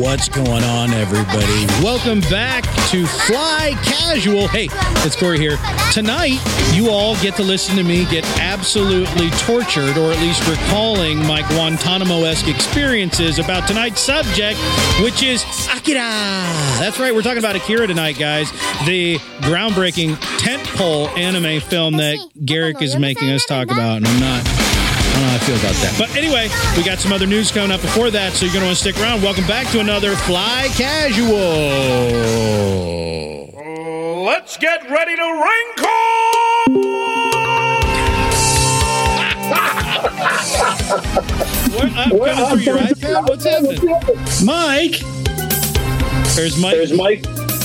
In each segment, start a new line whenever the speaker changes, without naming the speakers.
What's going on, everybody? Welcome back to Fly Casual. Hey, it's Corey here. Tonight, you all get to listen to me get absolutely tortured, or at least recalling my Guantanamo esque experiences about tonight's subject, which is Akira. That's right, we're talking about Akira tonight, guys. The groundbreaking tentpole anime film that Garrick is making us talk about, and I'm not. I don't know how I feel about that. But anyway, we got some other news coming up before that, so you're going to want to stick around. Welcome back to another Fly Casual.
Let's get ready to wrinkle!
What, I'm uh, coming through your iPad? What's happening? Mike? There's Mike.
There's Mike.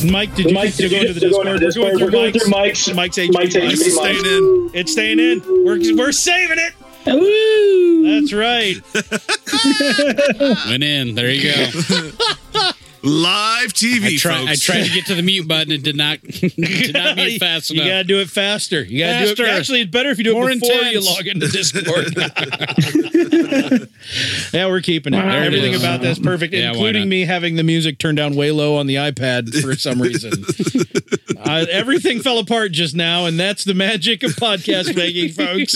Mike, did you
Mike,
Mike,
did
go
you
into the
just go
Discord? We're
into the Discord.
going through
We're going
Mike's.
through
Mike's
Mike's-
HP.
Mike's HP.
It's staying
Mike's-
in. It's staying in. We're, we're saving it. That's right.
Went in. There you go.
Live TV,
I, try, I
folks.
tried to get to the mute button. It did not, did not mute fast
you
enough.
gotta do it faster. You gotta do
Faster.
it. Actually, it's better if you do
More
it before
intense.
you log into Discord. yeah, we're keeping it.
it
Everything
is.
about that's perfect,
Yeah, why
including
not?
me having the music turned down way low on the iPad for some reason. uh, everything fell apart just now, and that's the magic of podcast making, folks.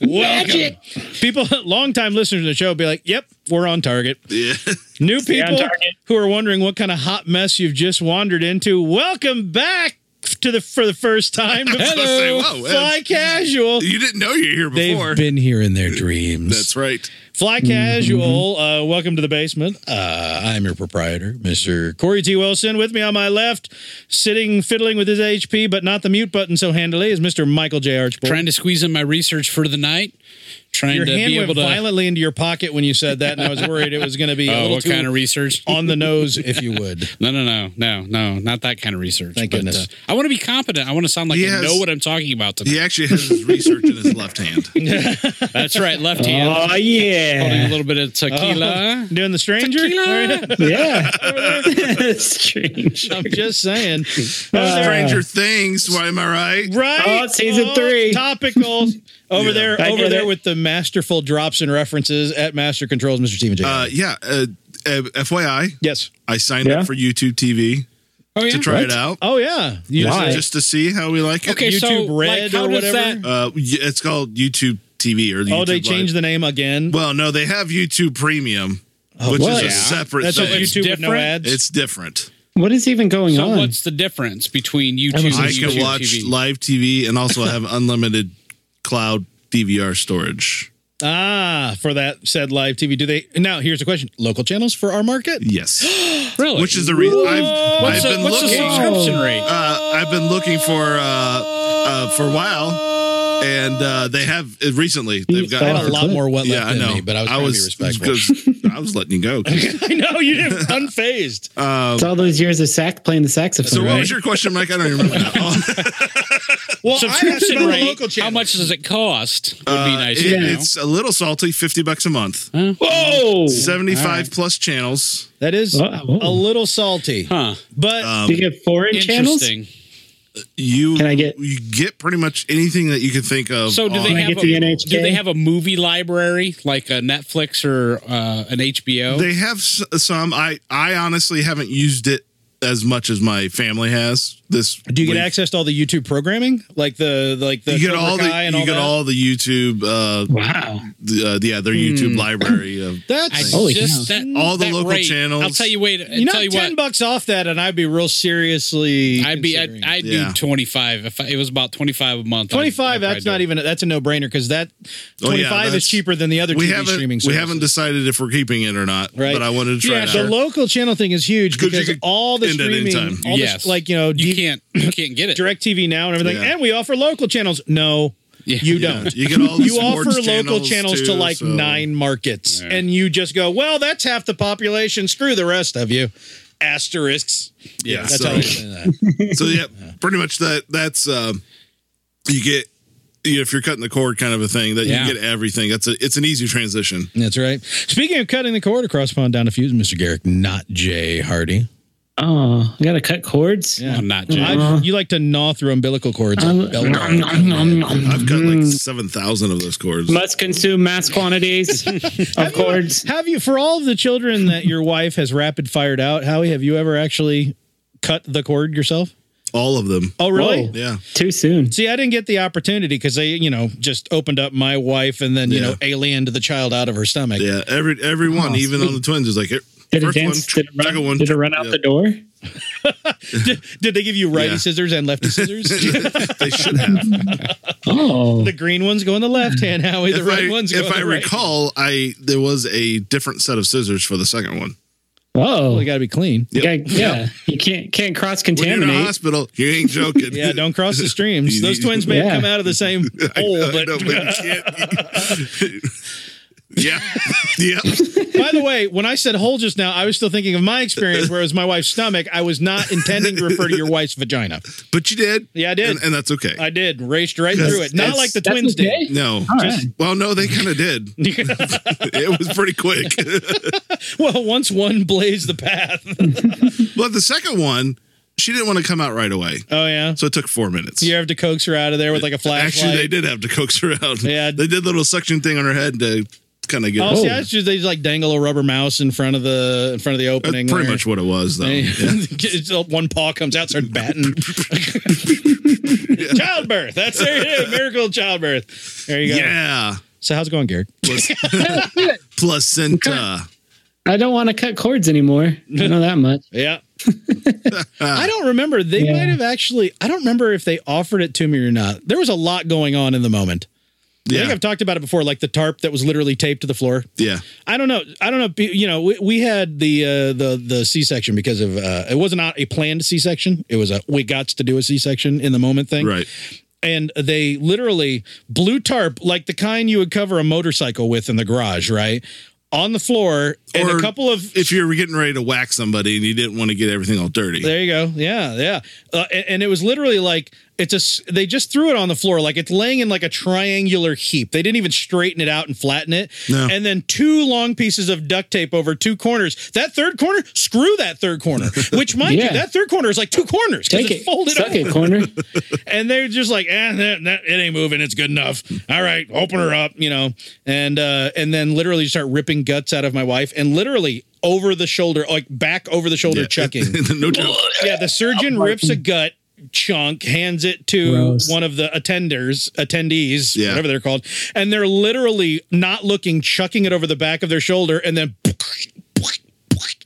Welcome. People, longtime listeners to the show, be like, "Yep, we're on target."
yeah.
New people
target.
who are wondering what kind of hot mess you've just wandered into, welcome back to the for the first time. to
I was gonna say, whoa, Ed,
Fly casual.
you didn't know you were here
They've
before.
been here in their dreams.
That's right.
Fly casual. Uh, welcome to the basement. Uh, I'm your proprietor, Mr. Corey T. Wilson. With me on my left, sitting fiddling with his HP, but not the mute button so handily, is Mr. Michael J. Archbold.
trying to squeeze in my research for the night. Trying
your
to
hand
be
went
able to.
violently into your pocket when you said that, and I was worried it was going to be a
oh,
little
what
too
kind of research?
on the nose, if you would. Uh,
No, no, no, no, no, not that kind of research. uh,
Thank goodness.
I want to be competent. I want to sound like
He
I
has-
know what I'm talking about tonight.
He actually has his research in his left hand.
That's right. Left hand.
Oh
Holding a
yeah,
little bit of tequila.
Doing the stranger?
Tequila.
yeah. Strange.
I'm just saying.
Uh,
Stranger Things. Why am I right?
Right.
Oh, season three.
Topical. Over
Yeah.
there,
I
over
get
there
it.
with the masterful drops and references at Master Controls, Mr. Stephen J.
Uh, yeah. Uh, uh, FYI,
yes.
I signed
Yeah.
up for YouTube TV
Oh, yeah.
to try it out
Oh yeah. You
Why?
just-
just to see how we like it.
Okay, so
Oh. YouTube Red
like, how
or
does
whatever.
that?
Uh, y- it's called YouTube TV or
oh, they
YouTube
changed
Live.
the name again.
Well, no, they have YouTube Premium,
Oh,
which
what?
is a
Yeah.
separate
That's
thing.
what YouTube with no
different.
ads.
It's different.
What is even going
So
on?
what's the difference between YouTube
I
and
can
YouTube
watch
TV?
live TV and also have unlimited cloud DVR storage.
ah for that said live TV. Do they now? Here's the question: local channels for our market?
Yes,
really?
which is the reason I've, I've
what's, the,
been
what's the
looking.
subscription rate?
uh, I've been looking for uh, uh, for a while, and uh, they have uh, recently. They've got
I had a lot more wet left
Yeah, I
in
know.
me, but I was trying to be respectful.
'cause I was letting you go. 'cause,
I know you didn't unfazed.
uh,
It's all those years of sac playing the saxophone.
so, what
right?
was your question, Mike? I don't even remember. Now. Uh,
Well,
subscription
I asked about the
rate.
local channel.
how much does it cost? Would be
Uh,
nice.
it-
to know.
It's a little salty. Fifty bucks a month.
Whoa!
Seventy-five plus channels.
That is
Oh.
a little salty,
huh?
but
Uh,
Do you get foreign channels?
Interesting.
You
Can I get-
you get pretty much anything that you can think of.
So do
Oh.
on-
they
Can I
have
get
a,
the NHK?
do they have a movie library like a Netflix or uh, an HBO?
They have s- some. I I honestly haven't used it as much as my family has. This
Do you get
week.
access to all the YouTube programming, like the like the
You get
Cobra
all the
Kai and
you
all
get
that? Hmm.
all the YouTube. Uh,
Wow.
the, uh, yeah, their YouTube library of
I
That's
Holy
just
cow.
that,
All the
that
local
rate,
channels.
I'll tell you. Wait.
you know,
tell you
ten
what.
bucks off that, and I'd be real seriously.
I'd be. I'd,
considering.
I'd
Yeah.
do twenty five. If I, it was about twenty five a month. I'd-
twenty five.
I'd
That's
probably
not
do it.
even. That's a no brainer because that
Oh, yeah,
twenty five is
that's-
cheaper than the other
we
TV
haven't
streaming.
we
Services.
haven't decided if we're keeping it or not.
Right.
But I wanted to try
Yeah,
it
the
out.
local channel thing is huge
'Cause you
because
could
all the
end at any
streaming,
time.
all
Yes.
the, like you know,
You
D-
can't. You can't get it.
direct TV now and everything,
Yeah.
and we offer local channels. No,
Yeah.
you
Yeah,
don't.
you get all the
you offer
sports
local channels,
too,
to like
so-
nine markets and you just go well that's half the population screw the rest of you asterisks
Yeah,
that's
so-
how they say that.
so yeah, pretty much that. That's um, you get you know, if you're cutting the cord, kind of a thing that
Yeah.
you get everything. That's a it's an easy transition.
that's right speaking of cutting the cord across pond down to fuse mr garrick not jay hardy
Oh, I gotta cut cords.
Yeah.
Oh, I'm not Jay.
I- you like to gnaw through umbilical cords.
Um,
I've got like
Mm.
seven thousand of those cords.
Must consume mass quantities of cords.
have you, for all of the children that your wife has rapid fired out, Howie, have you ever actually cut the cord yourself?
All of them.
Oh, really?
Whoa.
Yeah.
Too soon.
See, I didn't get the opportunity because they, you know, just opened up my wife and then, you
Yeah.
know, aliened the child out of her stomach.
Yeah. Every everyone, even on the twins, is like eh,
Oh, Did it
first
dance?
one,
Did it run,
second one.
did it run out the door?
Did they give you righty
Yeah.
scissors and lefty scissors?
the They should have.
Oh,
the green ones go in the left hand, Howie. The
if
right
I,
ones go
if
in the
I
right.
recall, I there was a different set of scissors for the second one.
whoa.
Well, they got to be clean.
Yeah, yeah. You can't can't cross
When you're in a
contaminate.
hospital, you ain't joking.
Yeah, don't cross the streams. Those twins may have
Yeah.
come out of the same hole,
I
but
know, but you can't. yeah. Yeah.
By the way, when I said hole just now, I was still thinking of my experience where it was my wife's stomach. I was not intending to refer to your wife's vagina.
But you did.
Yeah, I did.
And, and that's okay.
I did, raced right through it. Not
That's-
like the
That's
twins
okay?
no.
All
Just- well, no, they kind of did.
did.
it was pretty quick.
well, once one blazed the path.
but the second one, she didn't want to come out right away.
Oh, yeah.
So it took four minutes.
You have to coax her out of there with like a flashlight.
Actually, they did have to coax her out.
Yeah.
They did a little suction thing on her head to kind of get
Oh,
her.
see, I was just, they just like dangle a rubber mouse in front of the in front of the
That's
opening.
pretty
there.
much what it was, though. Yeah.
It's, uh, One paw comes out, starts batting. childbirth. That's there it is. Miracle of childbirth. There you go.
Yeah.
So how's it going, Garrett?
Plas- placenta.
I don't want to cut cords anymore. I know that much.
Yeah. I don't remember. They
Yeah.
might have actually, I don't remember if they offered it to me or not. There was a lot going on in the moment. I think
Yeah.
I've talked about it before, like the tarp that was literally taped to the floor.
Yeah.
I don't know. I don't know. be- You know, we, we had the uh, the the C section because of uh, it was not a planned C section. It was a we got to do a C section in the moment thing.
Right.
And they literally blue tarp like the kind you would cover a motorcycle with in the garage, right? On the floor, and
Or
a couple of
If you were getting ready to whack somebody and you didn't want to get everything all dirty.
There you go. Yeah, yeah. Uh, and, and it was literally like it's a. s- They just threw it on the floor like it's laying in like a triangular heap. They didn't even straighten it out and flatten it.
No.
And then two long pieces of duct tape over two corners. That third corner, screw that third corner. Which mind you,
Yeah.
that third corner is like two corners because
Take
it's
it.
folded
Suck
over.
it, corner.
And they're just like, eh, that, that- it ain't moving. It's good enough. All right, open her up, you know. And uh, and then literally start ripping guts out of my wife and literally over the shoulder, like back over the shoulder,
Yeah.
chucking
no joke.
yeah, the surgeon rips a gut chunk, hands it to
Gross.
one of the attenders, attendees,
Yeah.
whatever they're called, and they're literally not looking, chucking it over the back of their shoulder, and then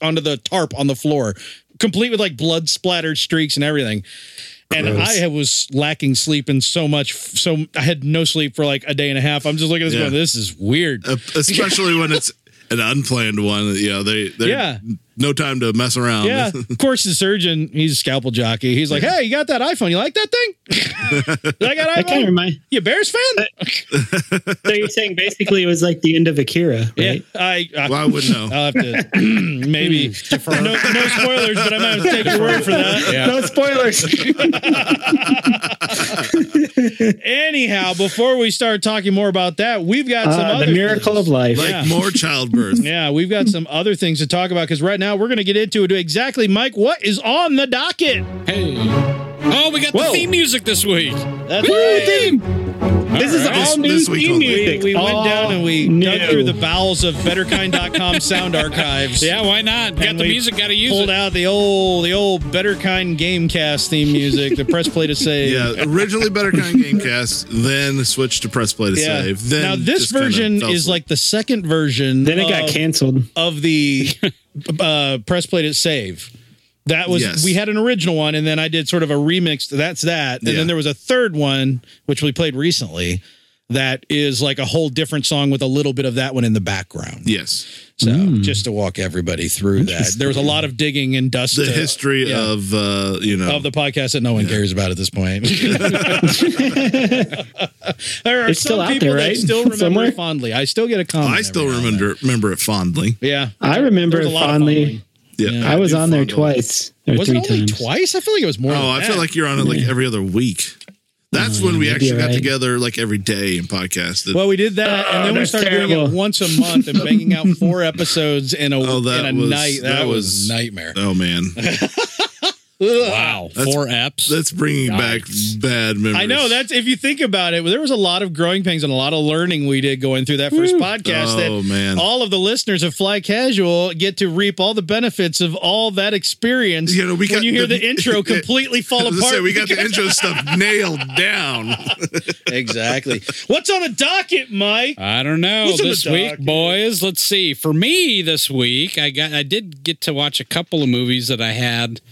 onto the tarp on the floor, complete with like blood splattered streaks and everything. And
Gross.
I was lacking sleep and so much, so I had no sleep for like a day and a half. I'm just looking at this
Yeah.
going, this is weird.
Uh, especially when it's an unplanned one. You know, they they
Yeah.
no time to mess around.
Yeah, of course the surgeon, he's a scalpel jockey. He's like, "Hey, you got that iPhone? You like that thing? I got
That kind
iPhone.
of remind.
You a Bears fan?
So you're saying basically it was like the end of Akira, right?
Yeah, I. I
well, I wouldn't know.
I'll have to maybe
Hmm,
no, no spoilers, but I might have to take your word for that.
No spoilers.
Anyhow, before we start talking more about that, we've got some
Uh,
other
the miracle of life.
Like
yeah.
more childbirth.
Yeah, we've got some other things to talk about because right now we're going to get into it. Exactly, Mike. What is on the docket?
Hey. Oh, we got
Whoa.
the theme music this week.
That's right.
this is
right.
all
This-
new
this week
theme
only.
music.
We went
All
down and we dug
new.
through the bowels of betterkind.com sound archives.
Yeah, why not? Got
And
the
we
music, got to use
Pulled
it.
out the old, the old Better Kind Gamecast theme music, the press play to save.
Yeah, originally Better Kind Gamecast, then switched to Press Play to Save. Then
now this
just kinda
version
fell
is
asleep.
like the second version.
Then it got
of,
canceled.
of the uh, press play to save. That was
Yes.
we had an original one, and then I did sort of a remix. to That's that, and
Yeah.
then there was a third one which we played recently. That is like a whole different song with a little bit of that one in the background.
yes,
So just to walk everybody through that, there was a lot of digging and dust
the
to-
history
yeah.
of uh, you know
of the podcast that no one cares about at this point. there are
It's
some
still out
people
there,
that
right?
still remember
Somewhere?
it fondly. I still get a comment.
I
every
still
now and then.
remember remember it fondly.
Yeah,
I remember it fondly.
Yeah,
Yeah.
I was
do
on there
fondle.
twice or
Was
three
it only
times.
twice? I feel like it was more.
Oh, I feel like you're on it like every other week. That's when we
maybe
actually
you're
got
right.
together like every day and podcasted.
Well, we did that, and
Oh,
then we
that's
started doing it
terrible.
once a month and banging out four episodes in a
Oh, that
in a
was-
night. That,
that
was
was-
nightmare.
oh man,
Wow,
That's-
four apps.
that's bringing
Yikes.
back bad memories.
I know that's if you think about it, there was a lot of growing pains and a lot of learning we did going through that first podcast.
Oh,
that
man.
all of the listeners of Fly Casual get to reap all the benefits of all that experience.
You know, we
when
got
you hear
the-
the, intro completely
I
fall
was gonna
apart.
say, we got the
because-
intro stuff nailed down.
exactly. What's on the docket, Mike?
I don't know
What's in the
this week,
dock?
boys. Let's see. For me this week, I got I did get to watch a couple of movies that I had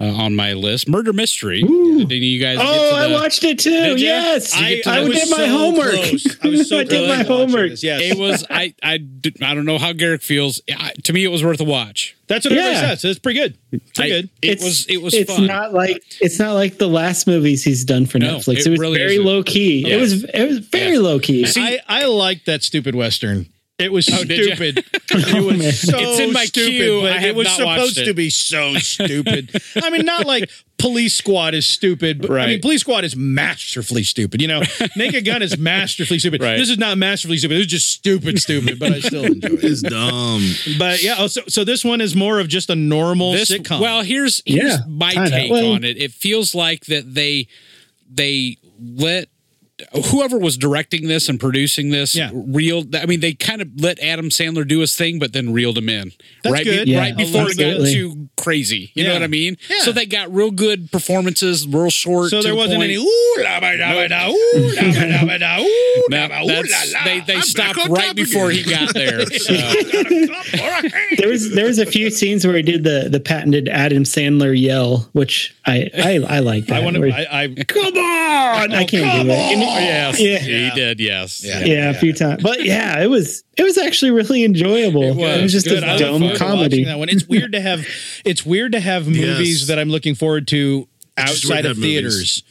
uh, on my list. Murder Mystery. Did any of you guys? get
Oh,
to
I
the-
watched it too.
Did ya?
Yes,
I-
I,
I was
did my
so
homework.
close. I was so
I
close
did my
to watching
homework.
this. Yes.
It was I I did, I don't know how Garrick feels. I, to me, it was worth a watch.
That's what everybody
Yeah.
says. It's pretty good. It's pretty
I-
good.
It
It's-
was it was
It's
fun.
not like it's not like the last movies he's done for
No,
Netflix.
it
It, was
really
very
isn't.
low key.
Yeah.
It was it was very
Yeah.
low key.
I, I like that stupid western. It was
did ya?
stupid. Oh, it
man.
was so
It's in my
stupid,
queue.
but
I have
it was
not
supposed
watched it.
to be so stupid. I mean, not like Police Squad is stupid, but I
Right.
mean, Police Squad is masterfully stupid. You know, Naked Gun is masterfully stupid.
Right.
This is not masterfully stupid. It was just stupid, stupid. But I still enjoy it.
It's dumb.
But yeah, oh, so so this one is more of just a normal
This-
sitcom.
Well, here's here's
Yeah,
my
kinda.
take
Well-
on it. It feels like that they they let whoever was directing this and producing this
Yeah.
reeled. I mean, they kind of let Adam Sandler do his thing, but then reeled him in
That's
right,
good.
be-
Yeah,
right before
absolutely.
it got too crazy. You
Yeah.
know what I mean?
Yeah.
So they got real good performances, real short.
so
to
there
the
wasn't
point.
any ooh la ba da ba da ooh la ba da ba da ooh
No, that's- they they stopped right before he got there. So.
there was there was a few scenes where he did the the patented Adam Sandler yell, which I I, I like. That,
I want
where-
to. I, I Oh,
come on. I can't do it.
yes,
Yeah.
he did. Yes,
Yeah.
Yeah, a few times, but yeah, it was it was actually really enjoyable. It was,
was
just
good. I
a
look forward
dumb
to
comedy.
watching That one. It's weird to have. It's weird to have movies
Yes.
that I'm looking forward to
just weird
outside
to
of
have movies.
theaters.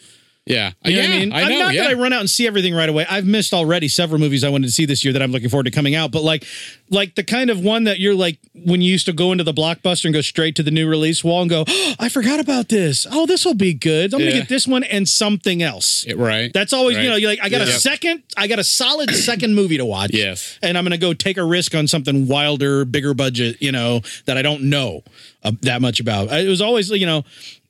yeah.
You know
yeah,
what I mean?
I know.
am not
yeah.
that I run out and see everything right away. I've missed already several movies I wanted to see this year that I'm looking forward to coming out. But like, like the kind of one that you're like when you used to go into the blockbuster and go straight to the new release wall and go, "Oh, I forgot about this. Oh, this will be good. I'm
Yeah.
gonna get this one and something else.
Yeah, right.
That's always you
Right.
know you're like I got a
Yeah.
second. I got a solid second movie to watch.
Yes.
and I'm gonna go take a risk on something wilder, bigger budget. You know that I don't know uh, that much about. I- It was always you know.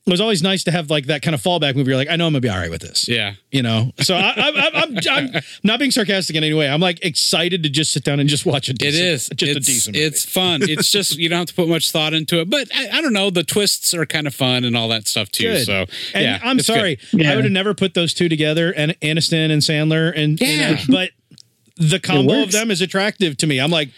It was always nice to have like that kind of fallback movie. You're like, I know I'm gonna be all right with this
yeah.
you know. So I, I, I, I'm, I'm not being sarcastic in any way. I'm like excited to just sit down and just watch a
It
decent.
is.
just
it's,
a decent. Movie.
It's fun. It's just you don't have to put much thought into it. But I, I don't know. The twists are kind of fun and all that stuff too.
Good.
So
And
yeah,
I'm
it's good.
sorry,
Yeah.
I would have never put those two together, and Aniston and Sandler, and you know,
Yeah.
but the combo of
works.
them is attractive to me. I'm like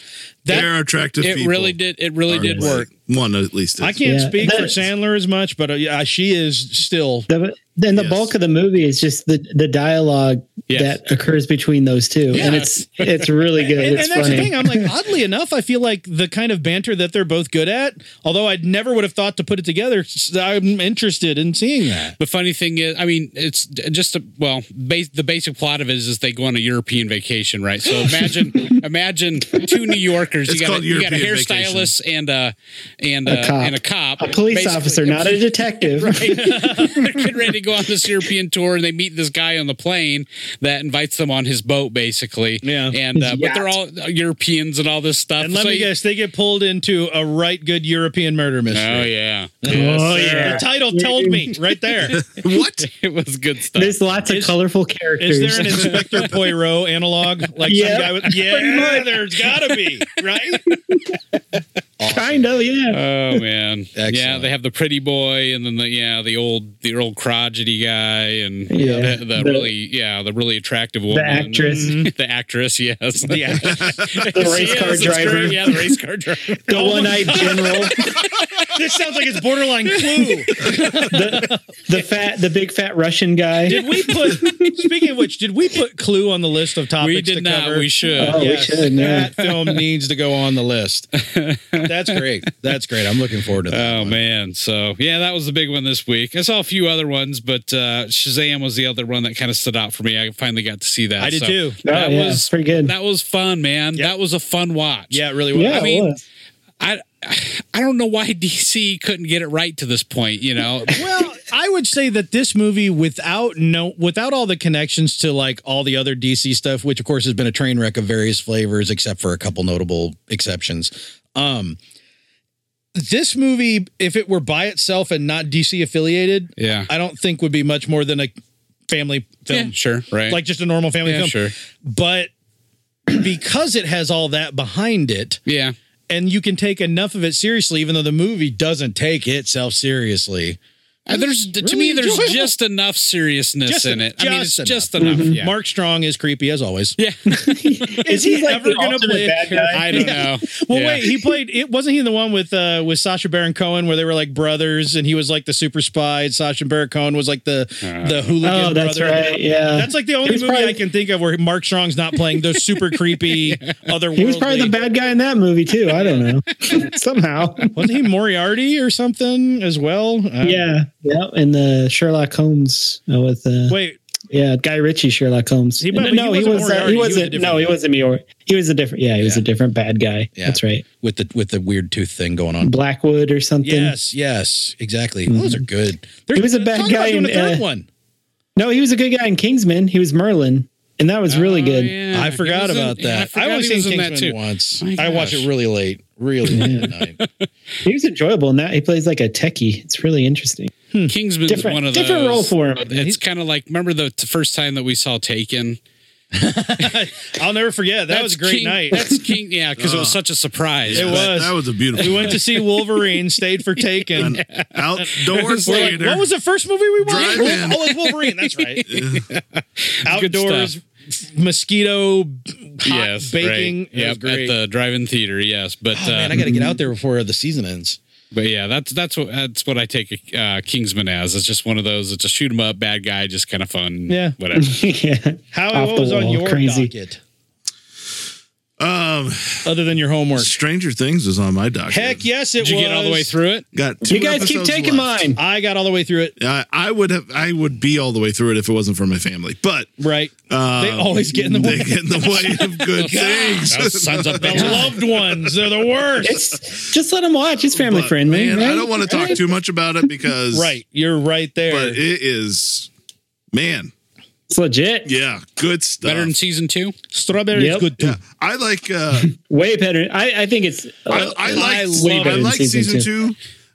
that.
They're attractive.
It
people.
really did. It really
Or
did
like
work.
One at least.
I
is.
can't
Yeah,
speak
that
for
is-
Sandler as much, but uh, yeah, she is still.
The, then the
Yes.
bulk of the movie is just the the dialogue
Yes.
that occurs between those two, and it's it's really good.
And,
it's
and that's
funny.
the thing. I'm like, oddly enough, I feel like the kind of banter that they're both good at, although I never would have thought to put it together, s- I'm interested in seeing that.
The funny thing is, I mean, it's d- just a, well, base, the basic plot of it is, is they go on a European vacation, right? So imagine, imagine two New Yorkers.
It's
you got a,
called
you got a
European
hairstylist and a and
A
a,
cop.
and a cop,
a police
Basically-
officer, not a detective.
they're getting ready to go on this European tour, and they meet this guy on the plane that invites them on his boat, basically.
Yeah.
and uh,
His
but they're all
yacht.
Europeans and all this stuff.
And let
So
me
you-
guess, they get pulled into a right good European murder mystery.
Oh yeah,
Oh,
Yes, sir.
yeah.
The title told me right there.
What?
it was good stuff.
There's lots of
Is-
colorful characters.
Is there an Inspector Poirot analog? Like some
Yeah.
guy with yeah, there's gotta be right.
kind of, yeah.
oh man, yeah,
Excellent.
they have the pretty boy, and then the yeah, the old the old crotchety guy, and
Yeah.
the, the,
The-
really yeah, the really attractive woman,
the actress,
the actress, yes,
Yeah,
the
race car driver.
yeah, the race car driver.
the
Oh
one-eyed general,
this sounds like it's borderline clue.
the fat, the big fat Russian guy.
Did we put? Speaking of which, did we put clue on the list of topics
We did
to
not.
cover?
We should.
Oh, we should, yeah.
That film needs to go on the list. That's great. That's great. I'm looking forward to that.
Oh man, so yeah, that was the big one this week. I saw a few other ones, but uh, Shazam was the other one that kind of stood out for me. I finally got to see that.
I did
so
too.
Oh,
That
yeah,
was
pretty good.
That was fun, man. That was a fun watch.
Yeah, it really was.
yeah,
I mean,
it was.
I I don't know why DC couldn't get it right to this point. You know,
Well, I would say that this movie, without no, without all the connections to like all the other DC stuff, which of course has been a train wreck of various flavors, except for a couple notable exceptions. Um, this movie, if it were by itself and not DC affiliated,
Yeah.
I don't think would be much more than a family film,
Yeah, sure. Right.
like just a normal family
yeah,
film.
sure.
But because it has all that behind it,
Yeah.
and you can take enough of it seriously, even though the movie doesn't take itself seriously.
Uh, there's to
Mm, really
me, there's
enjoyable.
just enough seriousness
Just
in
en-
it. I mean, it's
just Mm-hmm.
just enough. Yeah.
Mark Strong is creepy as always.
Yeah.
Is he like
ever
the
gonna
ultimate
play a
bad guy?
I don't know.
Well,
Yeah.
wait, he played it wasn't he the one with uh with Sasha Baron Cohen where they were like brothers and he was like the super spy and Sasha Baron Cohen was like the
Uh.
the hooligan
Oh, that's
brother.
right. Yeah,
That's like the only
was
movie
probably-
I can think of where Mark Strong's not playing the super creepy other.
he was probably the bad guy in that movie too. I don't know. Somehow.
Wasn't he Moriarty or something as well? Uh,
Yeah, yeah, and the Sherlock Holmes uh, with uh,
Wait,
yeah Guy Ritchie Sherlock Holmes.
He-
no,
but he
no, he
wasn't
was uh,
Moriarty,
he
he was a
wasn't no
different-
he wasn't Moriarty. He was a different yeah he was
Yeah.
a different bad guy.
Yeah.
That's right,
with the with the weird tooth thing going on.
Blackwood or something.
Yes, yes, exactly. Those are good. There's,
He was a bad
talk about
guy
doing
in,
a third
uh,
one.
No, he was a good guy in Kingsman. He was Merlin, and that was really
Oh,
good.
yeah.
I
He
forgot
was in-
about
yeah, I
that.
forgot
I, only
he was
seen
in
Kingsman
that too.
once.
My
I watched
gosh.
it really late, really late at night.
He was enjoyable in that. He plays like a techie. It's really interesting.
Kingsman's
Different
one of those.
different role for him.
It's kind of like remember the t- first time that we saw Taken.
I'll never forget. That
That's
was a great
King-
night.
That's King, yeah, because it was
Oh.
such a surprise.
It
But-
was.
That was a beautiful.
we went to see Wolverine, stayed for Taken.
outdoor
We're like,
theater.
what was the first movie we watched?
Drive-In.
Oh, it's Wolverine. That's right.
Good
Outdoors, mosquito, hot
yes,
baking.
Right.
It was
Yep,
great.
at the drive-in theater. Yes, but
oh, man, I
uh,
got to get out there before the season ends.
but yeah, that's that's what that's what I take uh, Kingsman as. It's just one of those. It's a shoot 'em up, bad guy, just kind of fun.
Yeah.
whatever.
yeah,
How
Off
what
the
was on
wall,
your
crazy.
docket
um,
other than your homework?
Stranger Things was on my docket.
Heck yes, it
Did you
was.
get all the way through it?
Got two
you guys keep
episodes
taking
left.
mine.
I got all the way through it.
I, I would have. I would be all the way through it if it wasn't for my family. But
Right.
um,
They always get in the way.
They get in the way of good
Those
things.
sons of
The
bitches.
loved ones, they're the worst.
It's just let him watch. It's family
But,
friendly.
man,
right?
I don't want to talk too much about it because
right. You're right there.
but it is man.
It's legit.
Yeah, good stuff.
Better than season two.
Strawberry
Yep.
is good too.
yeah, I like. Uh,
Way better. I, I think it's.
I, I like. I,
way better than
like season, two,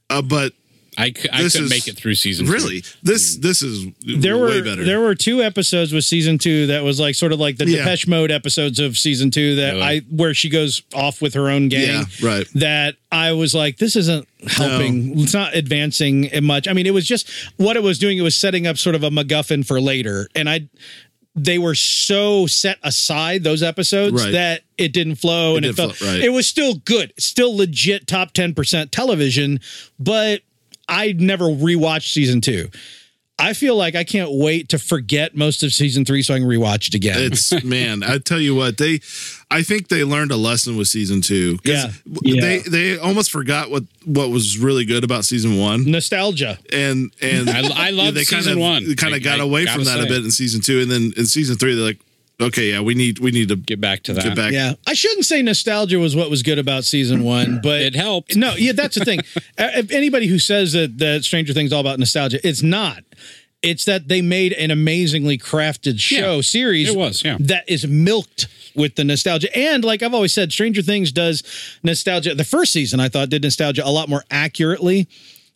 uh, but
I, c- I
This
couldn't
is-
make it through season. two.
really, this this is
There
way
were
better.
there were two episodes with season two that was like sort of like the
Yeah.
Depeche Mode episodes of season two that
Really?
I where she goes off with her own gang.
yeah, right.
That I was like, this isn't helping. It's not advancing it much. I mean, it was just what it was doing. It was setting up sort of a MacGuffin for later, and I they were so set aside those episodes
Right.
that it didn't flow and it
didn't
felt
flow, right.
it was still good still legit top 10% television but i never rewatched season 2 i feel like i can't wait to forget most of season 3 so i can rewatch it again
It's man, I tell you what, they I think they learned a lesson with season two. 'Cause
Yeah.
w-
Yeah.
They they almost forgot what what was really good about season one.
nostalgia
And and
I, I love
they
season
kind of,
one.
Kind
I-
of got
I
away
gotta
from that
say.
a bit in season two. And then in season three, they're like, okay, yeah, we need we need to
Get back to that.
get back.
yeah i shouldn't say nostalgia was what was good about season 1 but
It helped.
no yeah that's the thing Uh, if anybody who says that that stranger things all about nostalgia it's not it's that they made an amazingly crafted show
Yeah,
series
it was, yeah.
that is milked with the nostalgia and like i've always said stranger things does nostalgia the first season i thought did nostalgia a lot more accurately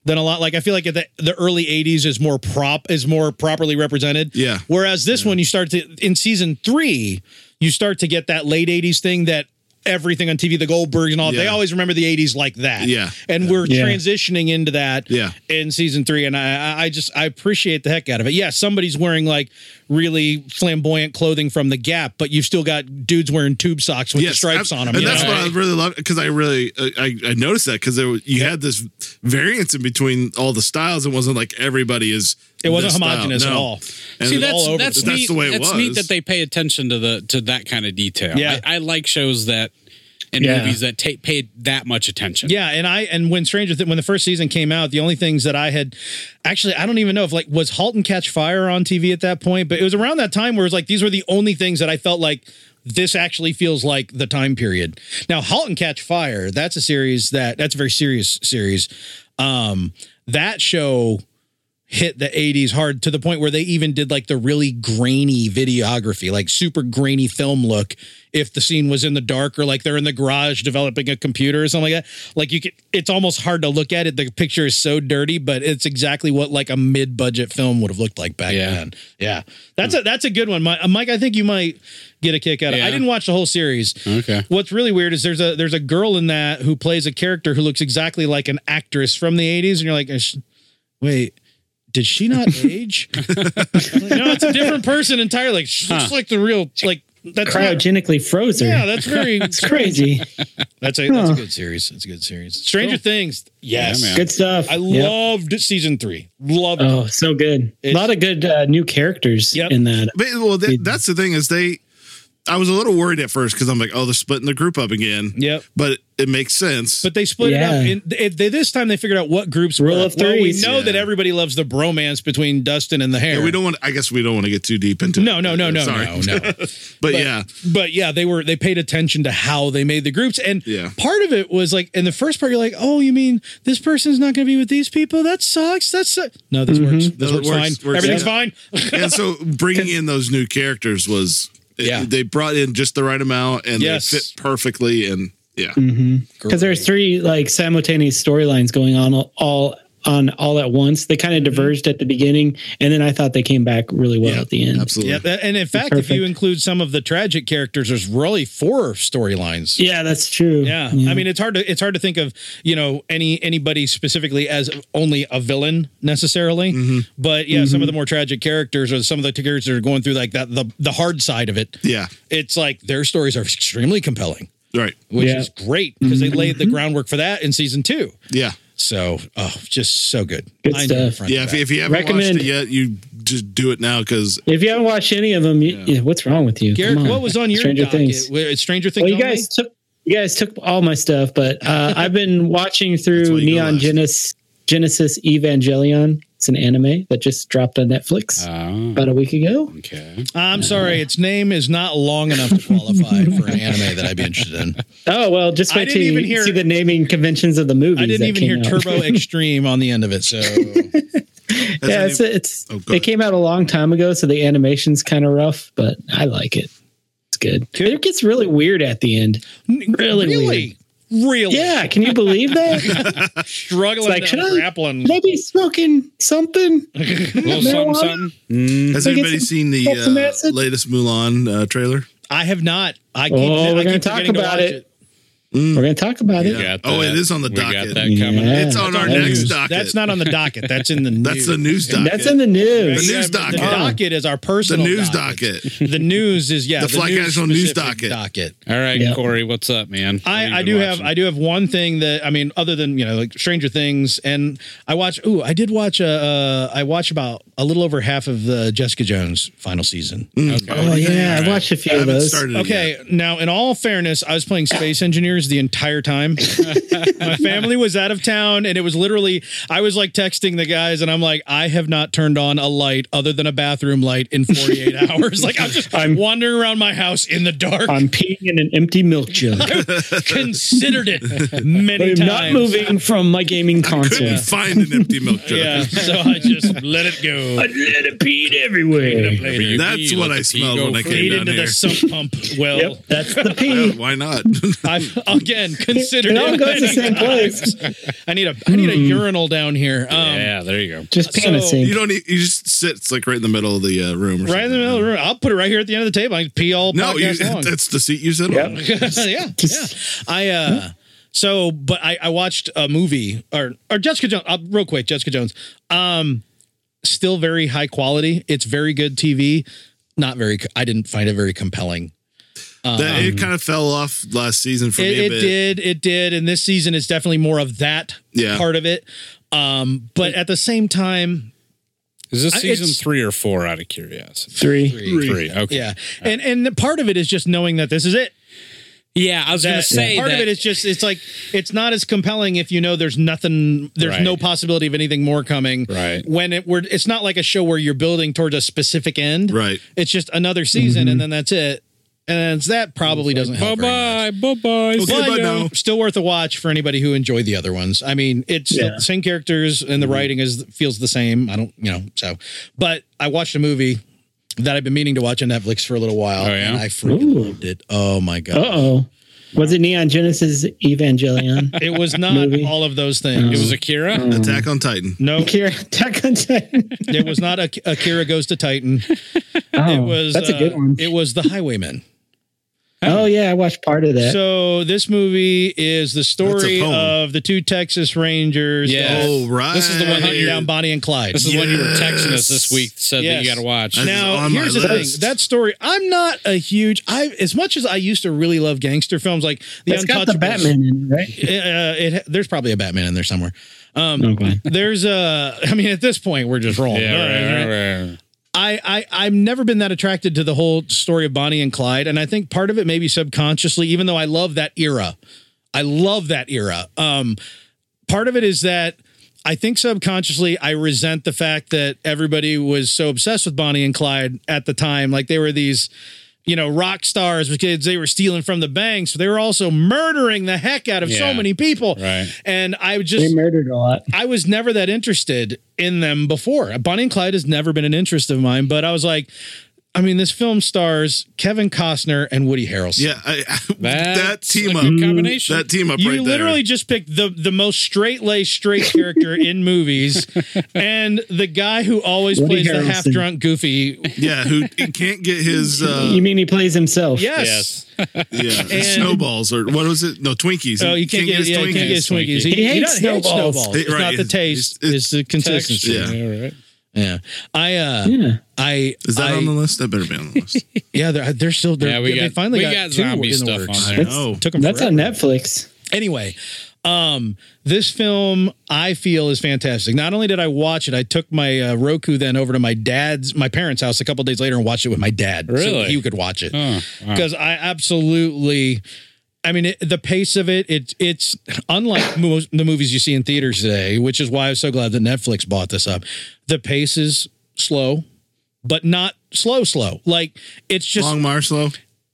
than a lot like i feel like at the, the early 80s is more prop is more properly represented
Yeah.
whereas this one you start to in season three you start to get that late 80s thing that everything on tv the goldbergs and all they
Yeah.
always remember the 80s like that
Yeah.
and we're
Yeah.
transitioning into that
Yeah.
in season three and I, I- I just i appreciate the heck out of it yeah somebody's wearing like really flamboyant clothing from the gap but you've still got dudes wearing tube socks with the stripes
ab-
on them
and
you
that's
know?
what I really love because I really uh, I, I noticed that because there were- you had this variance in between all the styles. It wasn't like everybody is.
it wasn't
this style.
homogenous at
No.
all
And
See,
it was
that's
all over
that's
the place.
neat.
That's the way it
that's
was.
neat that they pay attention to the to that kind of detail.
Yeah.
I, I like shows that and
Yeah.
movies that take paid that much attention.
Yeah, and I and when Stranger Th- when the first season came out, the only things that I had actually I don't even know if like was Halt and Catch Fire on TV at that point, but it was around that time where it was like these were the only things that I felt like this actually feels like the time period. Now, Halt and Catch Fire, that's a series that that's a very serious series. Um that show hit the 80s hard to the point where they even did like the really grainy videography, like super grainy film look. If the scene was in the dark or like they're in the garage developing a computer or something like that, like you could, it's almost hard to look at it. The picture is so dirty, but it's exactly what like a mid budget film would have looked like back
Yeah.
then. Yeah. That's a, that's a good one. Mi- Mike, I think you might get a kick out of
Yeah.
I didn't watch the whole series.
Okay.
What's really weird is there's a there's a girl in that who plays a character who looks exactly like an actress from the 80s, and you're like, "Is- wait, did she not age? no, it's a different person entirely. She looks
Huh.
like the real like that's
Cryogenically froze her.
yeah, that's very
it's crazy.
that's a that's a
Huh.
good series. That's a good series. Stranger Things, yes,
Yeah, man.
Good stuff.
I
Yep.
loved season three. Loved it.
Oh, so good.
It's-
a lot of good uh, new characters
Yep.
in that.
But, well, that, that's the thing is they. I was a little worried at first because I'm like, oh, they're splitting the group up again.
Yep.
But it makes sense.
But they split
Yeah.
it up. In, they, they- this time they figured out what groups were.
Rule of
Well, we
threes.
know
Yeah.
that everybody loves the bromance between Dustin and the hair.
Yeah, we don't want. I guess we don't want to get too deep into.
No,
it.
no, no, no,
Sorry.
no, no.
But, yeah,
but yeah, they were they paid attention to how they made the groups, and
Yeah.
part of it was like in the first part, you're like, oh, you mean this person's not going to be with these people? That sucks. That's su-. no,
Mm-hmm.
this works. This
No, it
works,
works.
fine.
Works.
Everything's
Yeah.
fine.
and so bringing in those new characters was. it-
Yeah.
They brought in just the right amount and
Yes. Mm-hmm.
they fit perfectly. And yeah,
because there's three like simultaneous storylines going on all, all on all at once. They kind of diverged at the beginning, and then I thought they came back really well at the end.
absolutely.
Mm-hmm. yeah, that- and in fact, if you
Perfect.
include some of the tragic characters, there's really four storylines.
Yeah, that's true.
Yeah. I mean it's hard to it's hard to think of you know any anybody specifically as only a villain necessarily,
Mm-hmm.
but yeah,
Mm-hmm.
some of the more tragic characters or some of the characters that are going through like that the the hard side of it.
Yeah.
it's like their stories are extremely compelling,
Right.
which
Yeah. Mm-hmm.
is great because they laid the groundwork for that in season two.
Yeah.
So, oh, just so good.
Good
enjoyed
stuff.
it front to
Yeah. If,
back.
if you haven't
Recommend-
watched it yet, you just do it now because
if you haven't watched any of them, you, yeah, what's wrong with you?
Garrett,
Come
what was on your
Stranger
docket?
Things?
Where- it's Stranger Things.
Well, you
only?
guys took you guys took all my stuff, but uh, I've been watching through
why you go
Neon
last.
Genesis Genesis Evangelion. It's an anime that just dropped on Netflix
Oh,
about a week ago.
okay.
I'm sorry, its name is not long enough to qualify for an anime that I'd be interested in.
Oh well, just
I
wait till
didn't
you
even hear-
see the naming conventions of the movies.
I didn't
that
even
came
hear
out.
Turbo Extreme on the end of it. So,
Has
yeah,
any-
it's it's
Oh, go
it
ahead.
came out a long time ago, so the animation's kind of rough, but I like it. It's good. It gets really weird at the end. Really
really, really
Yeah, can you believe that?
struggling,
It's like,
to
should I-
grappling.
Maybe smoking something.
A
Hmm.
little something,
Marijuana?
something.
has
They get
anybody
some-
seen the
get some
uh,
acid?
latest Mulan uh, trailer?
I have not. I keep,
Oh,
I
we're gonna
keep
talk
forgetting to
about
watch
it. We're gonna talk about it.
Yeah. Oh, it is on the
we
docket.
got that coming.
Yeah.
It's on
That's
our
on the
next
news.
docket.
That's not on the docket. That's in the news.
That's the news docket.
That's in the news.
The news
Yeah,
docket.
The docket is our
the
personal
news docket.
The news is yeah.
The Fly Casual news
specific
docket.
All right,
Yeah.
Corey, what's up, man? What have you
I, I
been
do have
watching?
I do have one thing that I mean other than you know like Stranger Things and I watch ooh I did watch uh, uh I watched about a little over half of the Jessica Jones final season.
Mm,
Oh yeah, I watched a
I
few of
haven't
those.
started. it
Okay,
yet.
now in all fairness, I was playing space engineers the entire time. My family was out of town, and it was literally I was like texting the guys, and I'm like, I have not turned on a light other than a bathroom light in 48 hours. Like I'm just
I'm-
wandering around my house in the dark.
I'm peeing in an empty milk jug.
considered it many
I'm
times.
not moving from my gaming
Couldn't
console.
find an empty milk jug.
Yeah, so I just let it go.
I let it pee everywhere.
Your
That's
pee,
what
let
I
the pee
smelled
go
when I
free.
came
Lead
down
into
here.
the sump pump. Well,
Yep, that's the
Yeah,
pee.
why not?
I've again considered
It all
it
goes to the
many
same place.
times. I need a I need a
Hmm.
urinal down here. Um,
Yeah, there you go.
Just pee in the
So-
sink.
you don't. Need, you just sit it's like right in the middle of the uh, room. or
Right in the
something.
middle of the room. I'll put it right here at the end of the table. I can pee all
No, you,
podcast long.
that's the seat you sit on.
yeah, yeah. I uh, so but I I watched a movie or or Jessica Jones uh, real quick. Jessica Jones. Um, still very high quality. It's very good TV. Not very. co- I didn't find it very compelling.
That- it kind of fell off last season for me
Um,
a
It,
bit.
it did. It did. And this season is definitely more of that
Yeah.
part of it. Um, but at the same time,
Is this
I-
season
it's-
three or four? Out of curiosity.
Three.
Three. Okay.
yeah.
Uh,
And and the part of it is just knowing that this is it.
Yeah, I was gonna
that
say
part
that
of it is just it's like it's not as compelling if you know there's nothing there's
Right.
no possibility of anything more coming
Right.
when it were it's not like a show where you're building towards a specific end
Right.
it's just another season and then that's it and that probably doesn't
Bye
help. very much.
bye. Bye bye.
Okay,
But
bye now.
still worth a watch for anybody who enjoyed the other ones. I mean, it's
Yeah.
the same characters and the writing is feels the same. I don't, you know, so. But I watched a movie that I've been meaning to watch on Netflix for a little while,
Oh, yeah?
and I freaking
Ooh.
loved it. Oh my god!
Uh oh. Was it Neon Genesis Evangelion?
It was not
Movie.
all of those things.
It was Akira.
Mm.
Attack on Titan.
no,
Akira Attack on Titan.
it was not Ak- Akira Goes to Titan. It
Oh,
was
that's a good
uh,
one.
It was The Highwayman.
oh yeah, I watched part of that.
So this movie is the story
poem.
of the two Texas Rangers.
Yeah.
that
Oh, right.
This is the one that
Hunting
you're-
down Bonnie and Clyde.
This is one you were texting us
Yes.
this week. Said that you
Yes.
got to watch.
That's- is
now
on my
here's the thing
list.
that story i'm not a huge i as much as i used to really love gangster films like the
it's got the
Untouchables,
Batman in it, right?
uh, it, there's probably a batman in there somewhere um
Okay.
there's a i mean at this point we're just rolling All right, all right.
Yeah, right, right, right.
I, I I've never been that attracted to the whole story of Bonnie and Clyde, and I think part of it maybe subconsciously, even though I love that era, I love that era. Um, part of it is that I think subconsciously I resent the fact that everybody was so obsessed with Bonnie and Clyde at the time, like they were these. You know, rock stars because they were stealing from the banks, but they were also murdering the heck out of so
Yeah.
many people.
Right.
And I would just
They murdered a lot.
I was never that interested in them before. Bonnie and Clyde has never been an interest of mine, but I was like, I mean, this film stars Kevin Costner and Woody Harrelson.
Yeah, I, that
That's
team
a
up.
good combination.
That team up
You
right
literally just picked the the most straight laced straight character in movies, and the guy who always
Woody
plays the
Harrelson.
half drunk goofy.
there. Yeah, who can't get his uh,
you mean he plays himself?
Yes.
Yes.
yeah, snowballs or what was it? No, Twinkies.
Oh, you can't, get, yeah, he can't get his Twinkies.
He
hates
doesn't hate
snowballs.
He-
It's
right,
not the
it's-
taste; it's,
it's-
the consistency.
Texture.
Yeah.
Yeah, right.
Yeah, I, uh,
Yeah.
I,
Is that
I,
on the list? That better be on the list.
yeah, they're, they're still, they're,
Yeah, we
they
got-
finally
we
got,
got
two
zombie
in the
stuff
works.
on
I
there.
know.
Took 'em
That's
Oh, forever.
on Netflix.
anyway um this film i feel is fantastic not only did i watch it i took my uh, roku then over to my dad's my parents house a couple days later and watched it with my dad
Really?
so he could watch it
Oh, wow.
because i absolutely I mean, it, the pace of it, it it's unlike mo- the movies you see in theaters today, which is why I'm so glad that Netflix bought this up. The pace is slow, but not slow, slow. Like it's just
Long Marshall.